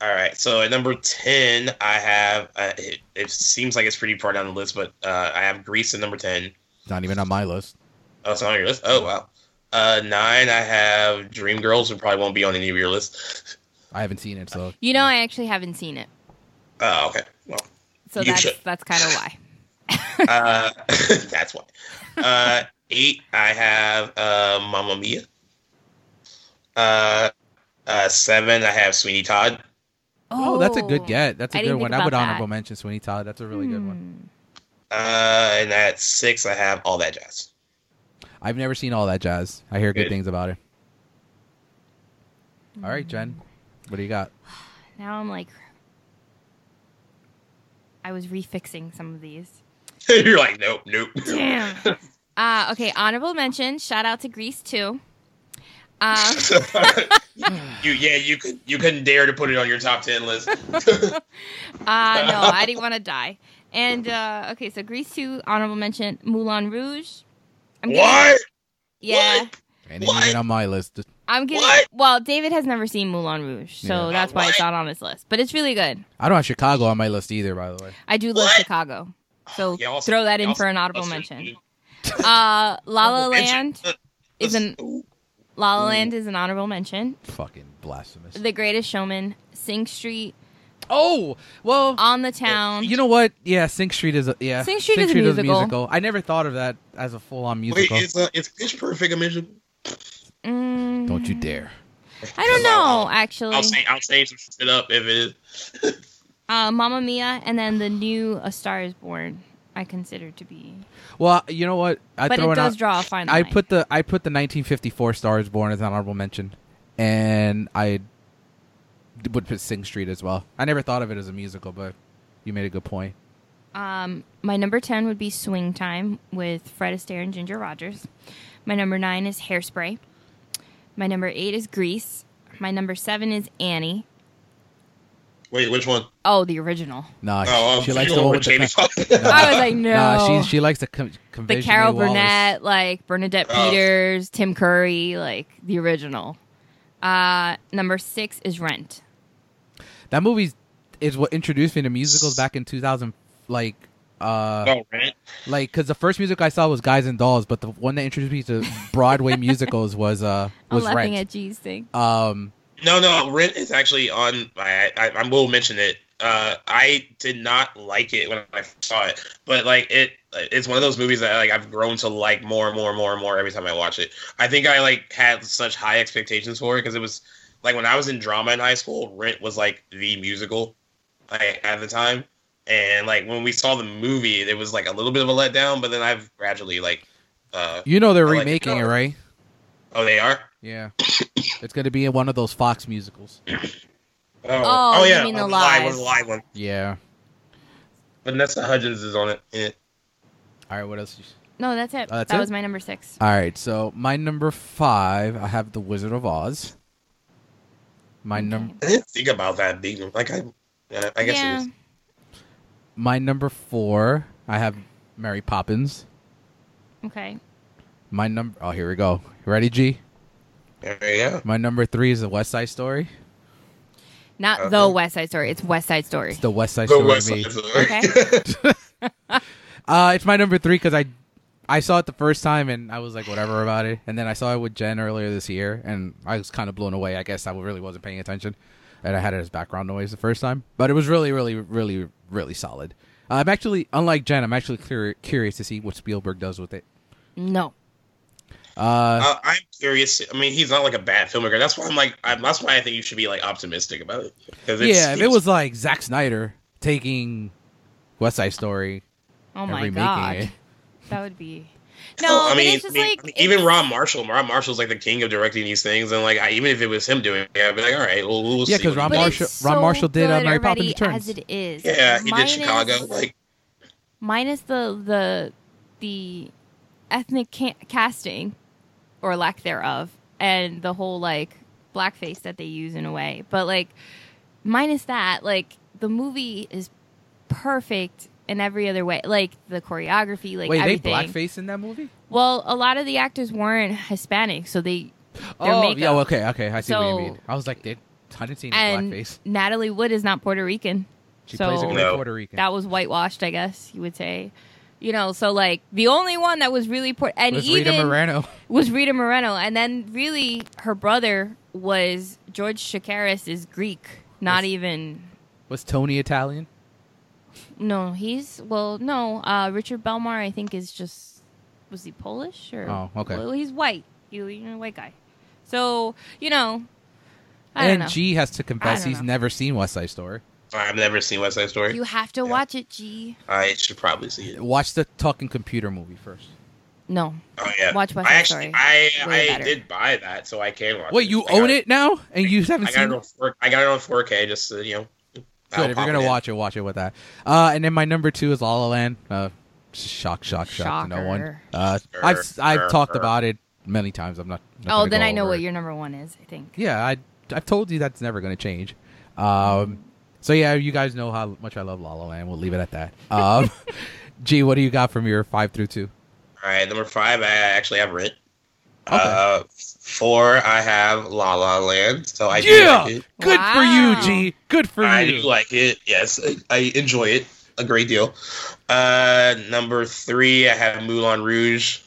C: All right, so at number ten, I have uh, it, it seems like it's pretty far down the list, but uh, I have Greece at number ten.
A: It's not even on my list.
C: Oh, it's not on your list. Oh wow. Uh, nine, I have Dream Girls, who probably won't be on any of your list.
A: I haven't seen it, so
B: You know, I actually haven't seen it,
C: [LAUGHS] Oh, okay. Well,
B: so
C: You
B: that's
C: should.
B: that's kind of why.
C: uh, [LAUGHS] that's why. Uh, eight, I have uh, Mamma Mia. Uh, uh, seven, I have Sweeney Todd.
A: [LAUGHS] oh, that's a good get. That's a
B: I
A: good
B: didn't think
A: one. I
B: about
A: would
B: that.
A: honorable mention Sweeney Todd. That's a really good one.
C: Uh, and at six, I have All That Jazz. [LAUGHS]
B: Hmm.
A: I've never seen all that jazz. I hear good,
C: Good.
A: things about it. All right, Jen, what do you got?
B: Hmm. Now I'm like, I was refixing some of
C: [LAUGHS]
B: these.
C: You're like, nope, nope. [LAUGHS]
B: Damn. Uh, okay, honorable mention. Shout out to Grease too. Um,
C: [LAUGHS] you yeah you could you couldn't dare to put it on your top 10 list
B: Uh, no, I didn't want to die. And uh, okay, so Grease 2, honorable mention, Moulin Rouge. I'm getting-
C: what
B: Yeah.
C: What?
A: And
C: What?
A: even on my list.
B: I'm getting.
C: What?
B: Well, David has never seen Moulin Rouge, so
A: Yeah.
B: that's why it's
C: What?
B: not on his list. But it's really good.
A: I don't have Chicago on my list either, by the way.
B: I do love
C: What? Oh,
B: Chicago. So
C: Yeah, also-
B: throw that in
C: yeah,
B: for an honorable
C: also-
B: mention. Uh, La La
C: Honorable mention. Mm.
B: Land is an La La Land is an honorable mention.
A: Fucking blasphemous.
B: The Greatest Showman, Sing Street,
A: oh, well,
B: On the Town.
A: you know what? Yeah, Sink Street is a yeah.
B: Um, Sing Street is a musical.
A: I never thought of that as a full-on
C: wait
A: musical.
C: it's uh it's pitch perfect a musical
B: Mm,
A: don't you dare.
B: I don't know. Actually,
C: i'll say i'll say some shit up if it is
B: uh, Mamma Mia, and then the new A Star Is Born. I consider to be,
A: Well, you know what? I
B: but
A: throw
B: it does
A: out,
B: draw a fine
A: I
B: line.
A: put the I put the 1954 Stars Born as an honorable mention, and I would put Sing Street as well. I never thought of it as a musical, but you made a good point.
B: um, my number ten would be Swing Time with Fred Astaire and Ginger Rogers. My number nine is Hairspray. My number eight is Grease. My number seven is Annie.
C: wait which one
B: Oh,
A: [LAUGHS]
B: the original.
A: Nah, she-
C: oh um,
A: she likes
C: you
A: the
C: know
A: one
C: what
A: with the
C: Jamie
A: con- [LAUGHS]
C: Foxx-
B: I was like, no.
A: Nah, she she likes the com-
B: the
A: conventionally
B: Carol
A: Wallace.
B: Burnett, like Bernadette
C: Oh.
B: Peters, Tim Curry, like the original. Uh, number six is Rent.
A: That movie is what introduced me to musicals back in 2000. Like, uh,
C: oh, right.
A: like because the first music I saw was Guys and Dolls, but the one that introduced me to
B: [LAUGHS]
A: Broadway musicals was uh
B: I'm
A: was
B: laughing
A: Rent.
B: at G's thing.
A: Um,
C: no no rent is actually on my I, I will mention it uh i did not like it when i saw it but like it it's one of those movies that like i've grown to like more and more and more and more every time i watch it i think i like had such high expectations for it because it was like when I was in drama in high school, Rent was like the musical like, at the time, and like when we saw the movie, it was like a little bit of a letdown. But then I've gradually like, uh,
A: You know they're
C: I like it.
A: remaking it, right?
C: oh, they are.
A: Yeah. it's going to be in one of those Fox musicals.
C: Oh,
B: Oh, you
C: yeah,
B: mean
C: uh,
B: the
C: live was
B: live.
C: a live one.
A: Yeah.
C: Vanessa Hudgens is on it. Yeah.
A: All right, what else?
B: No, that's it.
A: Oh, that's
B: that
A: it?
B: was my number six.
A: All right, so my number 5, I have The Wizard of Oz. My number
B: Okay.
C: I didn't think about that being like I. yeah, I guess
B: yeah.
C: it is.
A: my number 4, I have Mary Poppins.
B: Okay.
A: My number Oh, here we go. Ready, G?
C: There you go.
A: My number 3 is The West Side Story.
B: Not
C: Okay.
B: the West Side Story. It's West Side Story.
A: It's the West Side
C: The
A: Story
C: West
A: to me.
C: Side [LAUGHS] Story.
B: Okay.
A: Uh, it's my number three because I, I saw it the first time and I was like whatever about it, and then I saw it with Jen earlier this year and I was kind of blown away. I guess I really wasn't paying attention, and I had it as background noise the first time, but it was really, really, really, really solid. Uh, I'm actually, unlike Jen, I'm actually clear, curious to see what Spielberg does with it.
B: no.
A: Uh,
C: Uh, I'm curious. I mean, he's not like a bad filmmaker. That's why I'm like. I'm, that's why I think you should be like optimistic about it. 'Cause it's-
A: yeah, if it was like Zack Snyder taking West Side Story
B: Oh
A: and
B: my
A: remaking
B: god.
A: it,
B: That would
C: [LAUGHS]
B: be.
C: No,
B: No,
C: I
B: but
C: mean,
B: it's just
C: I mean,
B: like
C: I mean, even
B: it's-
C: Ron Marshall. Ron Marshall's like the king of directing these things, and like I, even if it was him doing it, I'd be like, all right, well, we'll
A: Yeah,
C: see
A: 'cause
C: what
A: Ron
C: he
B: but
C: does.
A: Marshall-
B: it's
A: Ron
B: so
A: Marshall did, uh,
B: good
A: Mary Poppins
B: already
A: Returns.
B: As it is.
C: Yeah, he did
B: Minus-
C: Chicago. Like,
B: minus the the the ethnic ca- casting or lack thereof and the whole like blackface that they use in a way but like minus that like the movie is perfect in every other way like the choreography like
A: wait,
B: everything
A: they blackface in that movie?
B: well a lot of the actors weren't hispanic so they Their
A: oh,
B: makeup.
A: yeah, okay, okay, I see what
B: So-
A: you mean. I was like, they, I didn't see any
B: and
A: blackface.
B: natalie wood is not puerto rican
A: She plays a
B: so-
A: great
C: No.
A: Puerto Rican.
B: that was whitewashed i guess you would say you know so like the only one that was really Puerto and
A: was
B: even
A: Rita Moreno. [LAUGHS]
B: was Rita Moreno, and then really her brother was George Shakaris is Greek, not
A: Was-
B: even
A: Was Tony Italian?
B: no. He's well, no. Uh, Richard Belmar, I think, is just was he Polish or
A: Oh, okay.
B: Well, he's white. You, you're a white guy, so you know. I don't
A: And
B: know.
A: G has to confess
B: don't
A: he's
B: know.
A: never seen West Side Story.
C: I've never seen West Side Story.
B: you have to
C: Yeah.
B: watch it, G.
C: I should probably see it.
A: Watch the talking computer movie first.
B: No,
C: Oh yeah,
B: Watch West
C: I
B: Side
C: actually,
B: Story.
C: I
B: Way
C: I
B: better.
C: did buy that, so I can watch.
A: Wait, you
C: I
A: own
C: got-
A: it now, and you haven't
C: I got
A: seen
C: it
A: it.
C: on four. I got it on 4K, just so, you know. I'll
A: Good. If you're
C: pop
A: gonna
C: it in.
A: watch it, watch it with that. Uh, and then my number two is La La Land. Uh, shock, shock, shock to no one.
B: Shocker.
A: Uh, I've I've talked about it many times. I'm not. not
B: Oh,
A: gonna
B: then
A: go
B: I know
A: over
B: what
A: it.
B: your number one is. I think.
A: Yeah, I I've told you that's never gonna change. Um, so yeah, you guys know how much I love La La Land. We'll leave it at that. Um, [LAUGHS] G, what do you got from your five through two?
C: All right, number five, I actually have Rent.
A: Okay.
C: Uh, four, I have La La Land, so I do
A: Yeah!
C: like it.
A: Good
B: Wow.
A: for you, G. Good for
C: I
A: you.
C: do like it. Yes, I, I enjoy it a great deal. Uh, number three, I have Moulin Rouge.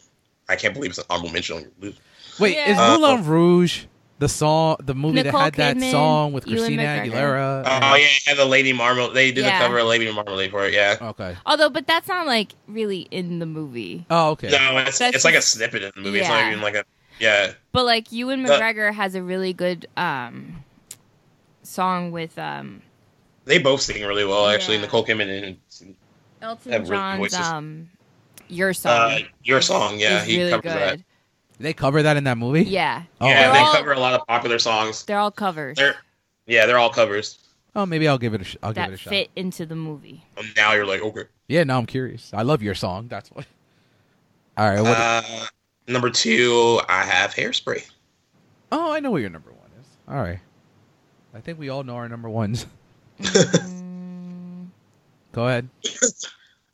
C: I can't believe it's an honorable mention. on your list.
A: Wait,
B: Yeah.
A: is
C: Uh,
A: Moulin Rouge the song, the movie
B: Nicole
A: that had
B: Kidman,
A: that song with
B: Ewan
A: Christina
B: McGregor.
A: Aguilera?
C: Oh yeah, yeah, the Lady Marmalade. They did
B: Yeah.
C: the cover of Lady Marmalade for it. Yeah.
A: Okay.
B: Although, but that's not like really in the movie.
A: Oh okay.
C: No, it's
B: That's
C: it's like a
B: just-
C: snippet of the movie. It's not
B: Yeah.
C: even like a yeah.
B: But like Ewan
A: Uh,
C: The-
B: McGregor has a really good um song with um
C: They both sing really well, actually.
B: Yeah.
C: Nicole Kidman and
B: Elton
C: They have really
B: John's
C: voices.
B: um your song.
C: uh, your song. Yeah,
B: is
C: he
B: really
C: covers that.
B: good.
A: They cover that in that movie.
B: Yeah,
A: Oh,
C: yeah,
A: okay.
C: they
B: They're all-
C: cover a lot of popular songs.
B: they're all covers
C: They're yeah, they're all covers.
A: oh, maybe I'll give it a sh- I'll give it a
B: that
A: shot.
B: fit into
A: [LAUGHS]
B: the movie.
C: And Um, now you're like okay.
A: Yeah. Now I'm curious. I love your song. That's why. [LAUGHS] All right. What,
C: Uh, number two, I have Hairspray. [LAUGHS]
A: oh, I know what your number one is. All right. I think we all know our number ones. [LAUGHS]
B: Mm,
A: Go ahead.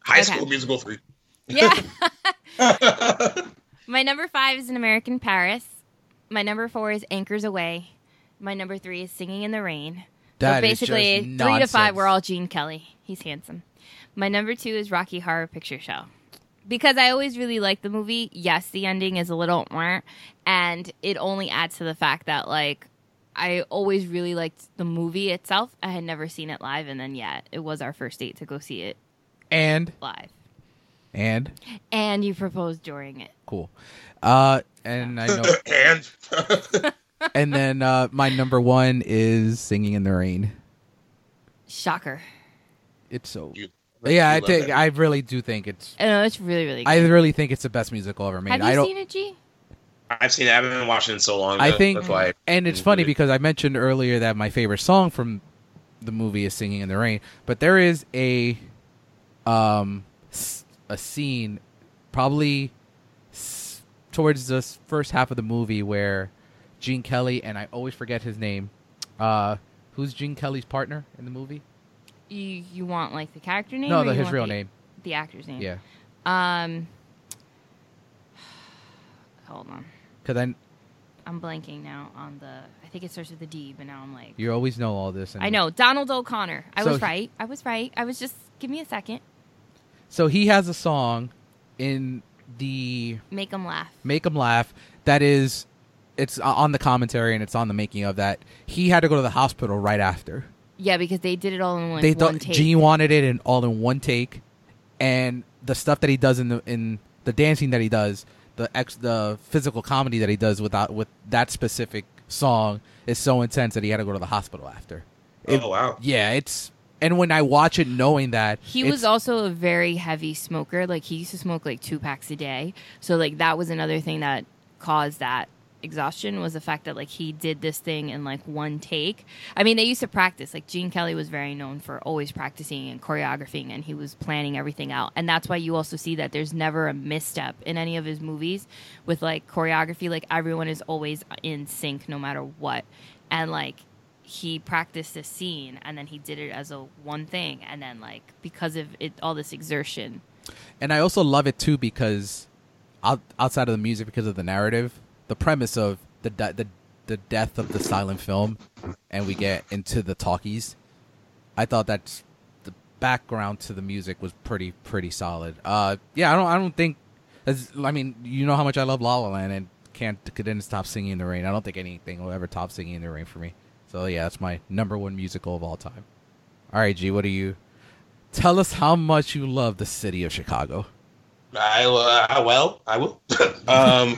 C: High
B: Okay.
C: School Musical three. [LAUGHS]
B: yeah,
C: All
B: my number five is an American Paris. My number four is Anchors Away. My number three is Singing in the Rain.
A: That
B: so
A: is just
B: basically, three to
A: nonsense.
B: five, we're all Gene Kelly. He's handsome. My number two is Rocky Horror Picture Show. Because I always really like the movie. Yes, the ending is a little more, and it only adds to the fact that like I always really liked the movie itself. I had never seen it live, and then yeah, it was our first date to go see it
A: and
B: live.
A: and
B: And you proposed during it.
C: [LAUGHS]
A: cool. Uh, and I know
C: and
B: [LAUGHS]
A: and then uh, my number one is Singing in the Rain.
B: Shocker.
A: It's so
C: You-
A: yeah. I
C: you love
A: think
C: it.
A: I really do think it's.
B: I know it's really really. Good.
A: I really think it's the best musical ever made.
B: Have you
A: I don't.
B: seen it, G?
C: I've seen it. I haven't been watching it in so long.
A: I
C: that-
A: think,
C: that's why.
A: and it's funny because I mentioned earlier that my favorite song from the movie is "Singing in the Rain," but there is a, um, s- a scene, probably s- towards the s- first half of the movie where Gene Kelly and I always forget his name. Uh, who's Gene Kelly's partner in the movie?
B: You you want like the character name?
A: no,
B: or
A: the,
B: you
A: his
B: want
A: real
B: the-
A: name.
B: The actor's name.
A: Yeah,
B: Um. [SIGHS] Hold on.
A: because I
B: I'm blanking now on the. I think it starts with a D, but now I'm like.
A: you always know all this. And
B: I know Donald O'Connor. I
A: So
B: was
A: he-
B: right. I was right. I was just give me a second.
A: So he has a song in the
B: Make them laugh.
A: make him laugh that is it's on the commentary and it's on the making of that he had to go to the hospital right after
B: Yeah, because they did it all in one.
A: they
B: one
A: thought
B: take.
A: gene wanted it in all in one take and the stuff that he does in the in the dancing that he does the ex the physical comedy that he does without with that specific song is so intense that he had to go to the hospital after It-
C: oh wow.
A: yeah it's and when i watch it knowing that
B: He
A: it's-
B: was also a very heavy smoker. Like he used to smoke like two packs a day. So like that was another thing that caused that exhaustion was the fact that like he did this thing in like one take. I mean, they used to practice. Like Gene Kelly was very known for always practicing and choreographing and he was planning everything out. And that's why you also see that there's never a misstep in any of his movies with like choreography. Like everyone is always in sync no matter what. And like he practiced this scene and then he did it as a one thing and then like because of it all this exertion
A: and I also love it too because out, outside of the music, because of the narrative, the premise of the de- the the death of the silent film, and we get into the talkies. I thought that's the background to the music was pretty pretty solid. Uh, yeah, I don't I don't think as I mean you know how much I love La La Land and can't couldn't stop singing in the rain. I don't think anything will ever top singing in the rain for me. So yeah, that's my number one musical of all time. All right, G, what do you? Tell us how much you love the city of Chicago.
C: I uh, I- well, I will. [LAUGHS] um,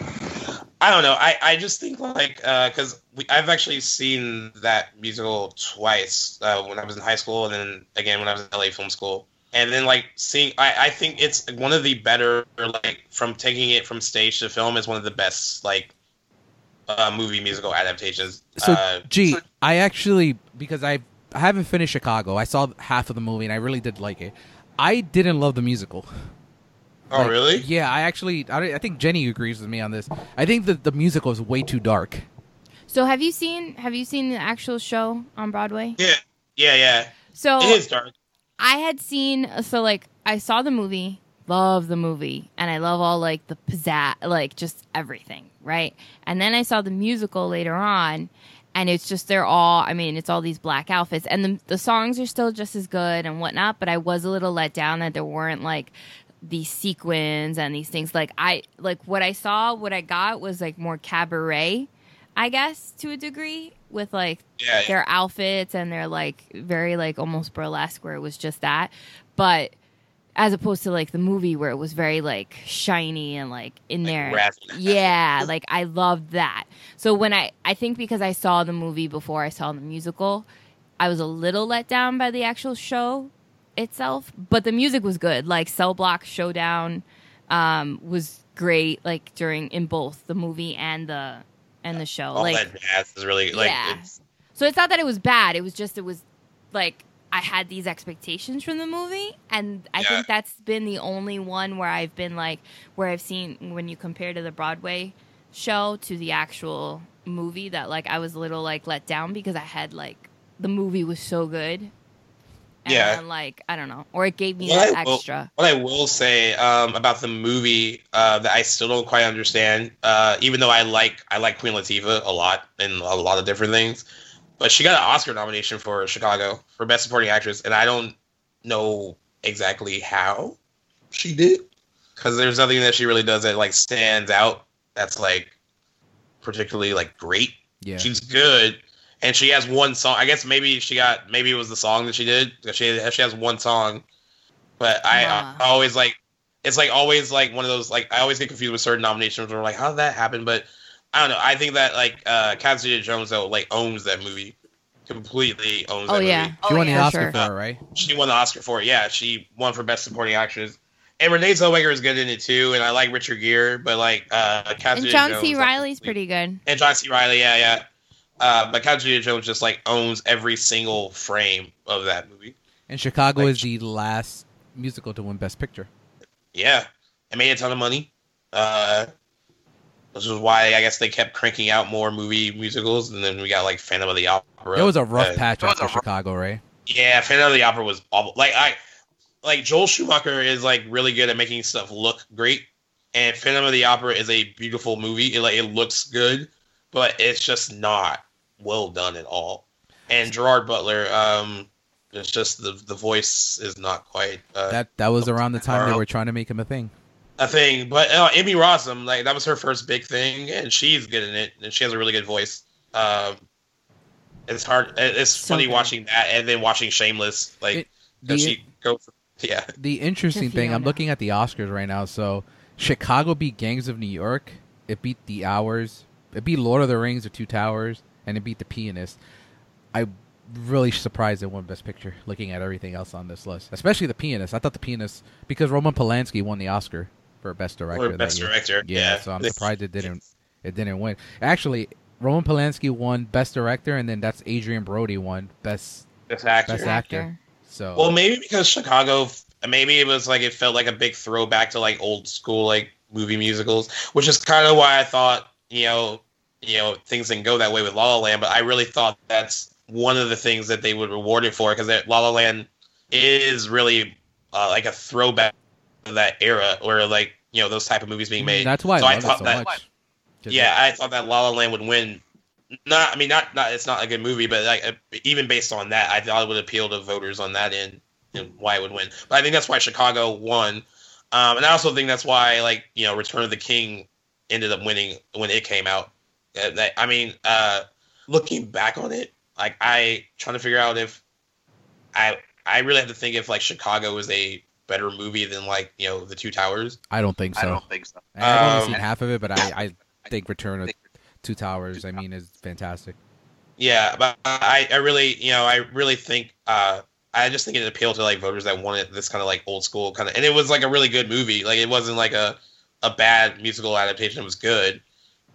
C: I don't know. I, I just think like because we I've actually seen that musical twice uh, when I was in high school and then again when I was in LA Film School. And then like seeing, I, I think it's one of the better like from taking it from stage to film is one of the best like uh, movie musical adaptations.
A: So,
C: uh,
A: Gee, I actually because I I haven't finished Chicago. I saw half of the movie and I really did like it. I didn't love the musical.
C: oh
A: Like,
C: really?
A: Yeah, I actually I, I think Jenny agrees with me on this. I think that the musical is way too dark.
B: so have you seen have you seen the actual show on broadway
C: Yeah, yeah, yeah.
B: so
C: It is dark.
B: I had seen so like I saw the movie, love the movie, and I love all like the pizzazz, like just everything, right? And then I saw the musical later on, and it's just they're all I mean, it's all these black outfits, and the the songs are still just as good and whatnot. But I was a little let down that there weren't like these sequins and these things. Like I like what I saw, what I got was like more cabaret, I guess, to a degree, with like
C: Yeah,
B: their outfits and their like very like almost burlesque where it was just that but as opposed to like the movie where it was very like shiny and like in there
C: razzle-dazzle. [LAUGHS]
B: yeah like i loved that so when i i think because i saw the movie before i saw the musical i was a little let down by the actual show itself but the music was good like cell block showdown um was great like during in both the movie and the and the show
C: all
B: like
C: that jazz is really like
B: Yeah.
C: it's
B: so it's not that it was bad. It was just it was like I had these expectations from the movie, and I
C: Yeah.
B: think that's been the only one where I've been like where I've seen when you compare to the Broadway show to the actual movie that like I was a little like let down because I had like the movie was so good. And
C: Yeah.
B: then, like I don't know, or it gave me
C: What
B: that
C: I will-
B: extra.
C: What I will say um, about the movie uh, that I still don't quite understand, uh, even though I like I like Queen Latifah a lot in a lot of different things, but she got an Oscar nomination for Chicago for Best Supporting Actress, and I don't know exactly how she did because there's nothing that she really does that like stands out. That's like particularly like great.
A: Yeah.
C: She's good, and she has one song. I guess maybe she got maybe it was the song that she did. She she has one song, but I,
B: Nah.
C: I always like it's like always like one of those like I always get confused with certain nominations. Where I'm like, how did that happen? But I don't know. I think that like uh Cassidy Jones though like owns that movie. Completely owns
B: Oh,
C: that
B: yeah.
C: movie.
A: She won
B: yeah,
A: the Oscar
B: sure.
A: for it, right?
C: She won the Oscar for it. Yeah, she won for Best Supporting Actress. And Renee Zellweger is good in it too, and I like Richard Gere, but like uh
B: And
C: Cassidy
B: John
C: Jones,
B: C.
C: like,
B: Riley's pretty
C: completely-
B: good.
C: and John C. Riley, yeah, yeah. Uh, but Cassidy Jones just like owns every single frame of that movie.
A: And Chicago
C: Like-
A: is the last musical to win Best Picture.
C: Yeah, it made a ton of money. Uh, which is why I guess they kept cranking out more movie musicals, and then we got like Phantom of the Opera.
A: It was a rough
C: Uh,
A: patch
D: it was
A: after
D: a rough-
A: Chicago, right?
C: Yeah, Phantom of the Opera was awful. Like I, like Joel Schumacher is like really good at making stuff look great, and Phantom of the Opera is a beautiful movie. It like it looks good, but it's just not well done at all. And Gerard Butler, um, it's just the the voice is not quite uh,
A: That that was around the time they
C: Carl.
A: were trying to make him a thing.
C: a thing. But uh, Emmy Rossum, like that was her first big thing, and she's good in it, and she has a really good voice. Um, it's hard. it- It's
B: So
C: funny
B: good.
C: watching that, and then watching Shameless. Like
A: It-
C: does
A: the-
C: she go? For, yeah,
A: The interesting
B: To
A: thing, I'm
B: Fiona.
A: looking at the Oscars right now. So Chicago beat Gangs of New York. It beat The Hours. It beat Lord of the Rings, The Two Towers, and it beat The Pianist. I'm really surprised it won Best Picture. Looking at everything else on this list, especially The Pianist. I thought The Pianist because Roman Polanski won the Oscar for Best Director.
C: or
A: that
C: best
A: year.
C: director.
A: Yeah,
C: Yeah,
A: so I'm
C: This-
A: surprised it didn't it didn't win. Actually, Roman Polanski won Best Director, and then that's Adrian Brody won Best.
C: This actor.
A: Best actor. So
C: Well, maybe because Chicago, maybe it was like it felt like a big throwback to like old school like movie musicals, which is kind of why I thought you know you know things didn't go that way with La La Land, but I really thought that's one of the things that they would reward it for because La La Land is really uh, like a throwback to that era where like you know those type of movies being made.
A: that's why
C: so
A: I
C: I
A: love it
C: thought
A: so
C: that-
A: much. 'Cause
C: Yeah, I thought that La La Land would win. Not, I mean, not, not. It's not a good movie, but like uh, even based on that, I thought it would appeal to voters on that end and why it would win. But I think that's why Chicago won, um, and I also think that's why like you know Return of the King ended up winning when it came out. Uh, that- I mean, uh, looking back on it, like I trying to figure out if I I really have to think if like Chicago is a better movie than like you know the Two Towers.
A: I don't think
D: I
A: so.
D: don't think so.
A: I have only
C: Um,
A: seen half of it, but I, I think Return of
D: think-
A: Two Towers, I mean, is fantastic.
C: Yeah, but I, I really, you know, I really think, uh, I just think it appealed to like voters that wanted this kind of like old school kind of, and it was like a really good movie. Like it wasn't like a, a bad musical adaptation. It was good.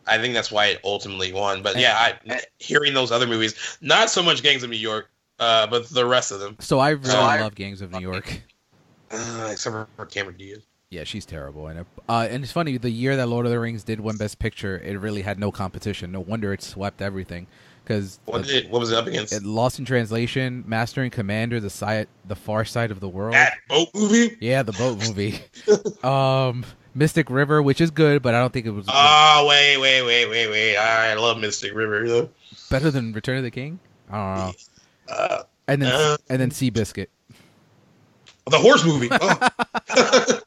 C: I think that's why it ultimately won. But yeah, I, hearing those other movies, not so much Gangs of New York, uh, but the rest of them,
A: So I really
C: So
D: I-
A: love Gangs of New York.
C: uh, except for Cameron Diaz.
A: [LAUGHS] Yeah, she's terrible in it. Uh, and it's funny, the year that Lord of the Rings did win Best Picture, it really had no competition. No wonder it swept everything. Because
C: What did it, what was it up against?
A: it lost in translation, Master and Commander, the side, the far side of the world.
C: that boat movie?
A: yeah, the boat movie. um, Mystic River, which is good, but I don't think it was,
C: Oh wait, wait, wait, wait, wait! I love Mystic River though.
A: better than Return of the King. I don't know.
C: Uh,
A: And then,
C: Uh.
A: and then Seabiscuit.
C: the horse movie. Oh.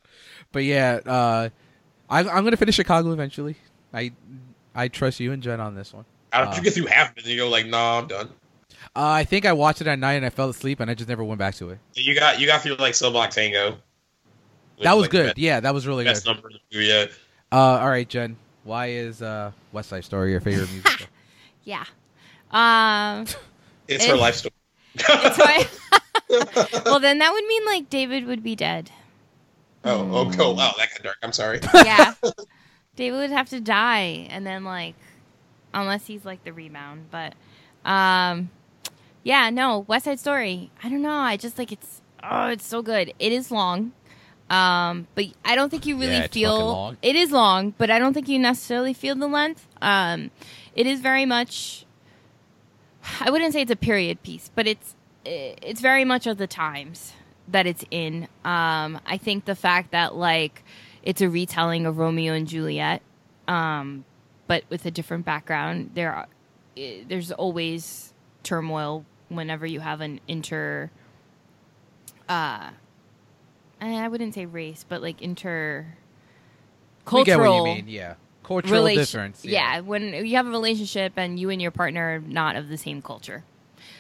A: But yeah, uh, I, I'm gonna finish Chicago eventually. I I trust you and Jen on this one.
C: After
A: Uh,
C: you get through half of it, and you go like, "Nah, I'm done."
A: Uh, I think I watched it at night and I fell asleep and I just never went back to it.
C: You got you got through like Cell Block Tango. which
A: that
C: is,
A: was
C: like, the
A: good.
C: Best,
A: yeah, that was really good.
C: best number. in the movie, Yeah.
A: Uh, all right, Jen. Why is uh, West Side Story your favorite
B: [LAUGHS]
A: musical?
B: Yeah. Um,
C: It's
B: It-
C: her life story.
B: it's why- [LAUGHS] well, then that would mean like David would be dead.
C: [LAUGHS] oh, oh, cool. Wow, that got dark. I'm sorry. [LAUGHS]
B: Yeah. [LAUGHS] David would have to die, and then like, unless he's like the rebound. But, um, yeah, no, West Side Story. I don't know. I just like it's. Oh, it's so good. It is long. Um, but I don't think you really
A: Yeah, it's
B: feel
A: fucking long.
B: it is long, but I don't think you necessarily feel the length. Um, it is very much. I wouldn't say it's a period piece, but it's it's very much of the times that it's in. Um, I think the fact that like it's a retelling of Romeo and Juliet, um, but with a different background. There, are, i there's always turmoil whenever you have an inter. Uh, I I wouldn't say race, but like inter.
A: We get
B: Cultural
A: what you mean. Yeah, cultural
B: relation-
A: difference.
B: Yeah. when you have a relationship and you and your partner are not of the same culture,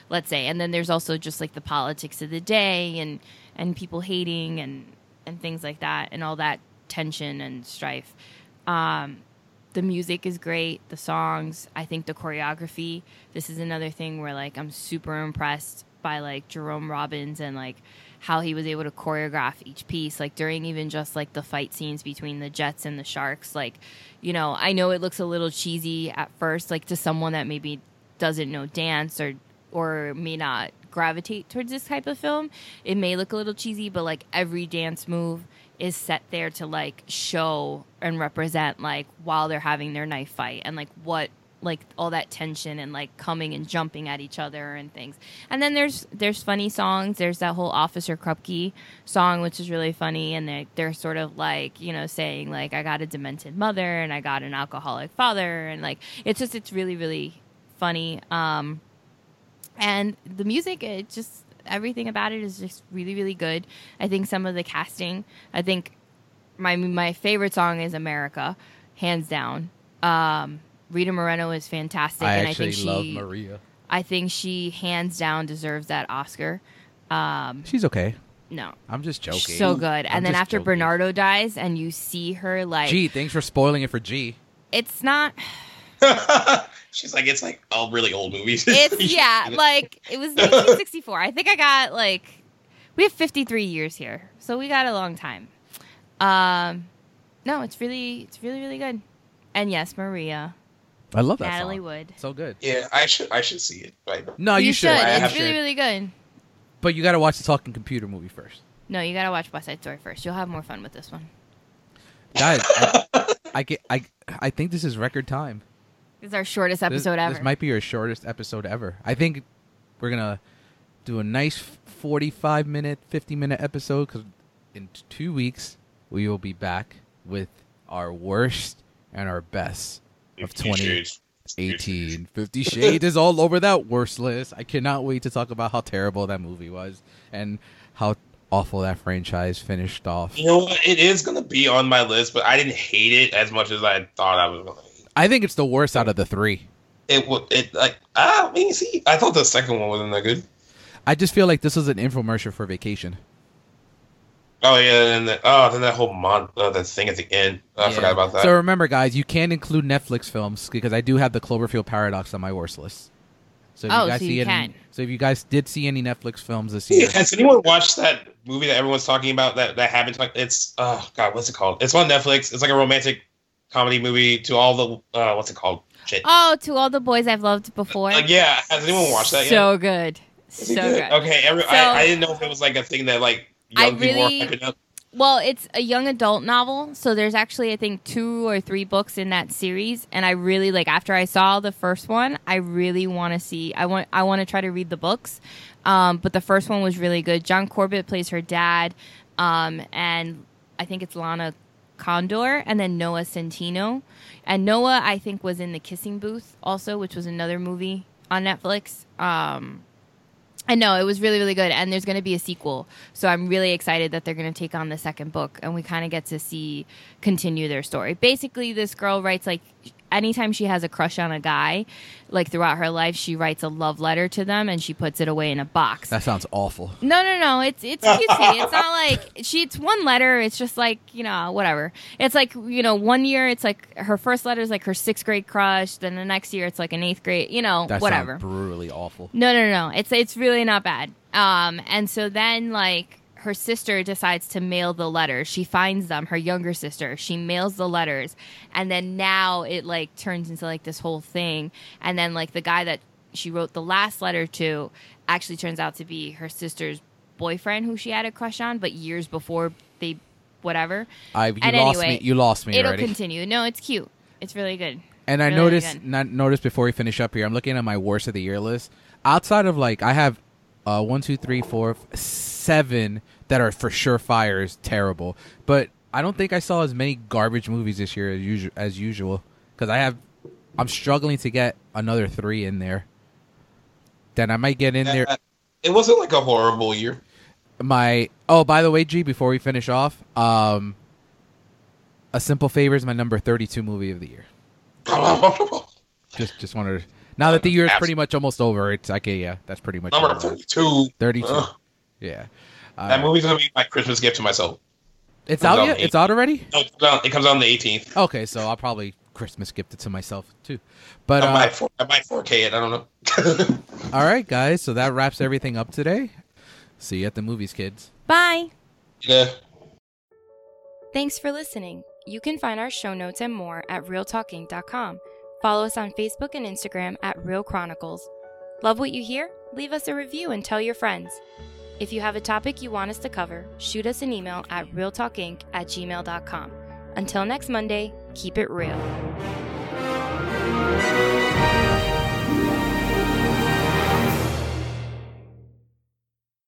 B: let's say, and then there's also just like the politics of the day and and people hating and and things like that and all that tension and strife. Um, the music is great, the songs, I think the choreography. This is another thing where like I'm super impressed by like Jerome Robbins and like how he was able to choreograph each piece like during even just like the fight scenes between the Jets and the Sharks like you know, I know it looks a little cheesy at first like to someone that maybe doesn't know dance or or may not gravitate towards this type of film. It may look a little cheesy, but like every dance move is set there to like show and represent like while they're having their knife fight and like what like all that tension and like coming and jumping at each other and things. And then there's there's funny songs. There's that whole Officer Krupke song which is really funny and they they're sort of like, you know, saying like I got a demented mother and I got an alcoholic father and like it's just it's really really funny. Um and the music it just everything about it is just really really good i think some of the casting i think my my favorite song is america hands down um rita moreno is fantastic
A: I
B: and
A: actually
B: i think
A: love
B: she
A: Maria.
B: i think she hands down deserves that oscar um
A: She's okay.
B: no
A: I'm just joking.
B: she's so good and
A: I'm
B: then
A: just
B: after
A: joking.
B: bernardo dies and you see her like
A: G, thanks for spoiling it for G. [LAUGHS]
B: it's not
C: She's like, it's like all really old [LAUGHS] movies.
B: It's yeah, like it was 1964. I think I got like we have 53 years here, so we got a long time. Um, no, it's really, it's really, really good. And yes, Maria,
A: I love that
B: Natalie
A: song.
B: Wood.
A: So good.
C: yeah, I should I should see it. Right.
A: No, you, should.
C: I
B: It's
C: have
B: really,
A: should.
B: really good.
A: But you got to watch the talking computer movie first,
B: No, you gotta watch West Side Story first. You'll have more fun with this one.
A: guys. I, I get. I I think this is record time.
B: It's our shortest
A: This-
B: episode
A: this,
B: ever.
A: might be your shortest episode ever. I think we're gonna do a nice forty-five minute, fifty-minute episode because in t- two weeks we will be back with our worst and our best of twenty eighteen. Fifty Shades is all over that worst list. I cannot wait to talk about how terrible that movie was and how awful that franchise finished off.
C: You know what? It is gonna be on my list, but I didn't hate it as much as I thought I was gonna. Hate.
A: I think it's the worst out of the three.
C: It would. It like ah, I mean, see, I thought the second one wasn't that good.
A: I just feel like this was an infomercial for vacation.
C: Oh yeah, and then oh, then that whole mon uh, that thing at the end. Oh, I
A: Yeah.
C: forgot about that.
A: So remember, guys, you can include Netflix films because I do have the Cloverfield Paradox on my worst list. So if
B: Oh,
A: you guys
B: so
A: see
B: you
A: any,
B: can.
A: so if you guys did see any Netflix films this year,
C: Yeah, has anyone watched that movie that everyone's talking about that that happened? To, it's oh god, what's it called? It's on Netflix. It's like a romantic comedy movie to all the uh, what's it called? Shit.
B: oh, to all the boys I've loved before.
C: Uh, yeah, has anyone watched that
B: So good,
C: yet?
B: so good.
C: Okay, every,
B: So-
C: I, I didn't know if it was like a thing that like
B: I
C: young people were
B: really-
C: picking up.
B: Well, it's a young adult novel, so there's actually I think two or three books in that series, and I really like after I saw the first one, I really want to see I want I want to try to read the books. Um, but the first one was really good. John Corbett plays her dad, um, and I think it's Lana Condor, and then Noah Centino, and Noah I think was in the Kissing Booth also, which was another movie on Netflix. Um, and no, it was really, really good. And there's going to be a sequel. So I'm really excited that they're going to take on the second book and we kind of get to see continue their story. Basically, this girl writes like anytime she has a crush on a guy, like throughout her life, she writes a love letter to them and she puts it away in
A: [LAUGHS]
B: a box.
A: that sounds awful.
B: No, no, no. It's it's cutesy. it's not like she. It's one letter. It's just like you know, whatever. It's like you know, one year it's like her first letter is like her sixth grade crush. Then the next year it's like an eighth grade. You know,
A: That
B: whatever.
A: sounds brutally awful.
B: No, no, no. It's it's really not bad. Um, and so then like her sister decides to mail the letters. She finds them. Her younger sister. She mails the letters, and then now it like turns into like this whole thing. And then like the guy that she wrote the last letter to actually turns out to be her sister's boyfriend who she had a crush on, but years before they whatever.
A: I you
B: And
A: lost
B: anyway,
A: me. You lost me
B: It'll
A: already.
B: continue. No, it's cute. It's really good.
A: and I
B: really
A: noticed
B: good.
A: not noticed before we finish up here. I'm looking at my worst of the year list. Outside of like, I have uh, one, two, three, four, f- seven that are for sure fires terrible. But I don't think I saw as many garbage movies this year as usual. As usual, because I have, I'm struggling to get another three in there. Then I might get in there.
C: [LAUGHS] Uh, It wasn't like a horrible year. [LAUGHS]
A: My oh, by the way, G, before we finish off, um, A Simple Favor is my number 32 movie of the year.
C: Number
A: Just just wanted to, now that the year is pretty much almost over. It's okay, yeah, that's pretty much over.
C: thirty-two.
A: 32.
C: Ugh.
A: Yeah,
C: That
A: uh,
C: movie's gonna be my Christmas gift to myself.
A: it's
C: comes
A: out
C: out
A: yet.
C: in
A: It's out already.
C: No, it comes out- it comes out on the eighteenth.
A: Okay, so I'll probably Christmas gifted to myself too. But
C: I,
A: uh,
C: might four, I might 4K it. I don't know. [LAUGHS]
A: all right, guys. So that wraps everything up today. See you at the movies, kids.
B: Bye.
C: yeah.
B: Thanks for listening. You can find our show notes and more at realtalking.com. Follow us on Facebook and Instagram at Real Chronicles. Love what you hear? Leave us a review and tell your friends. If you have a topic you want us to cover, shoot us an email at realtalkinc at gmail.com. Until next Monday, keep it real.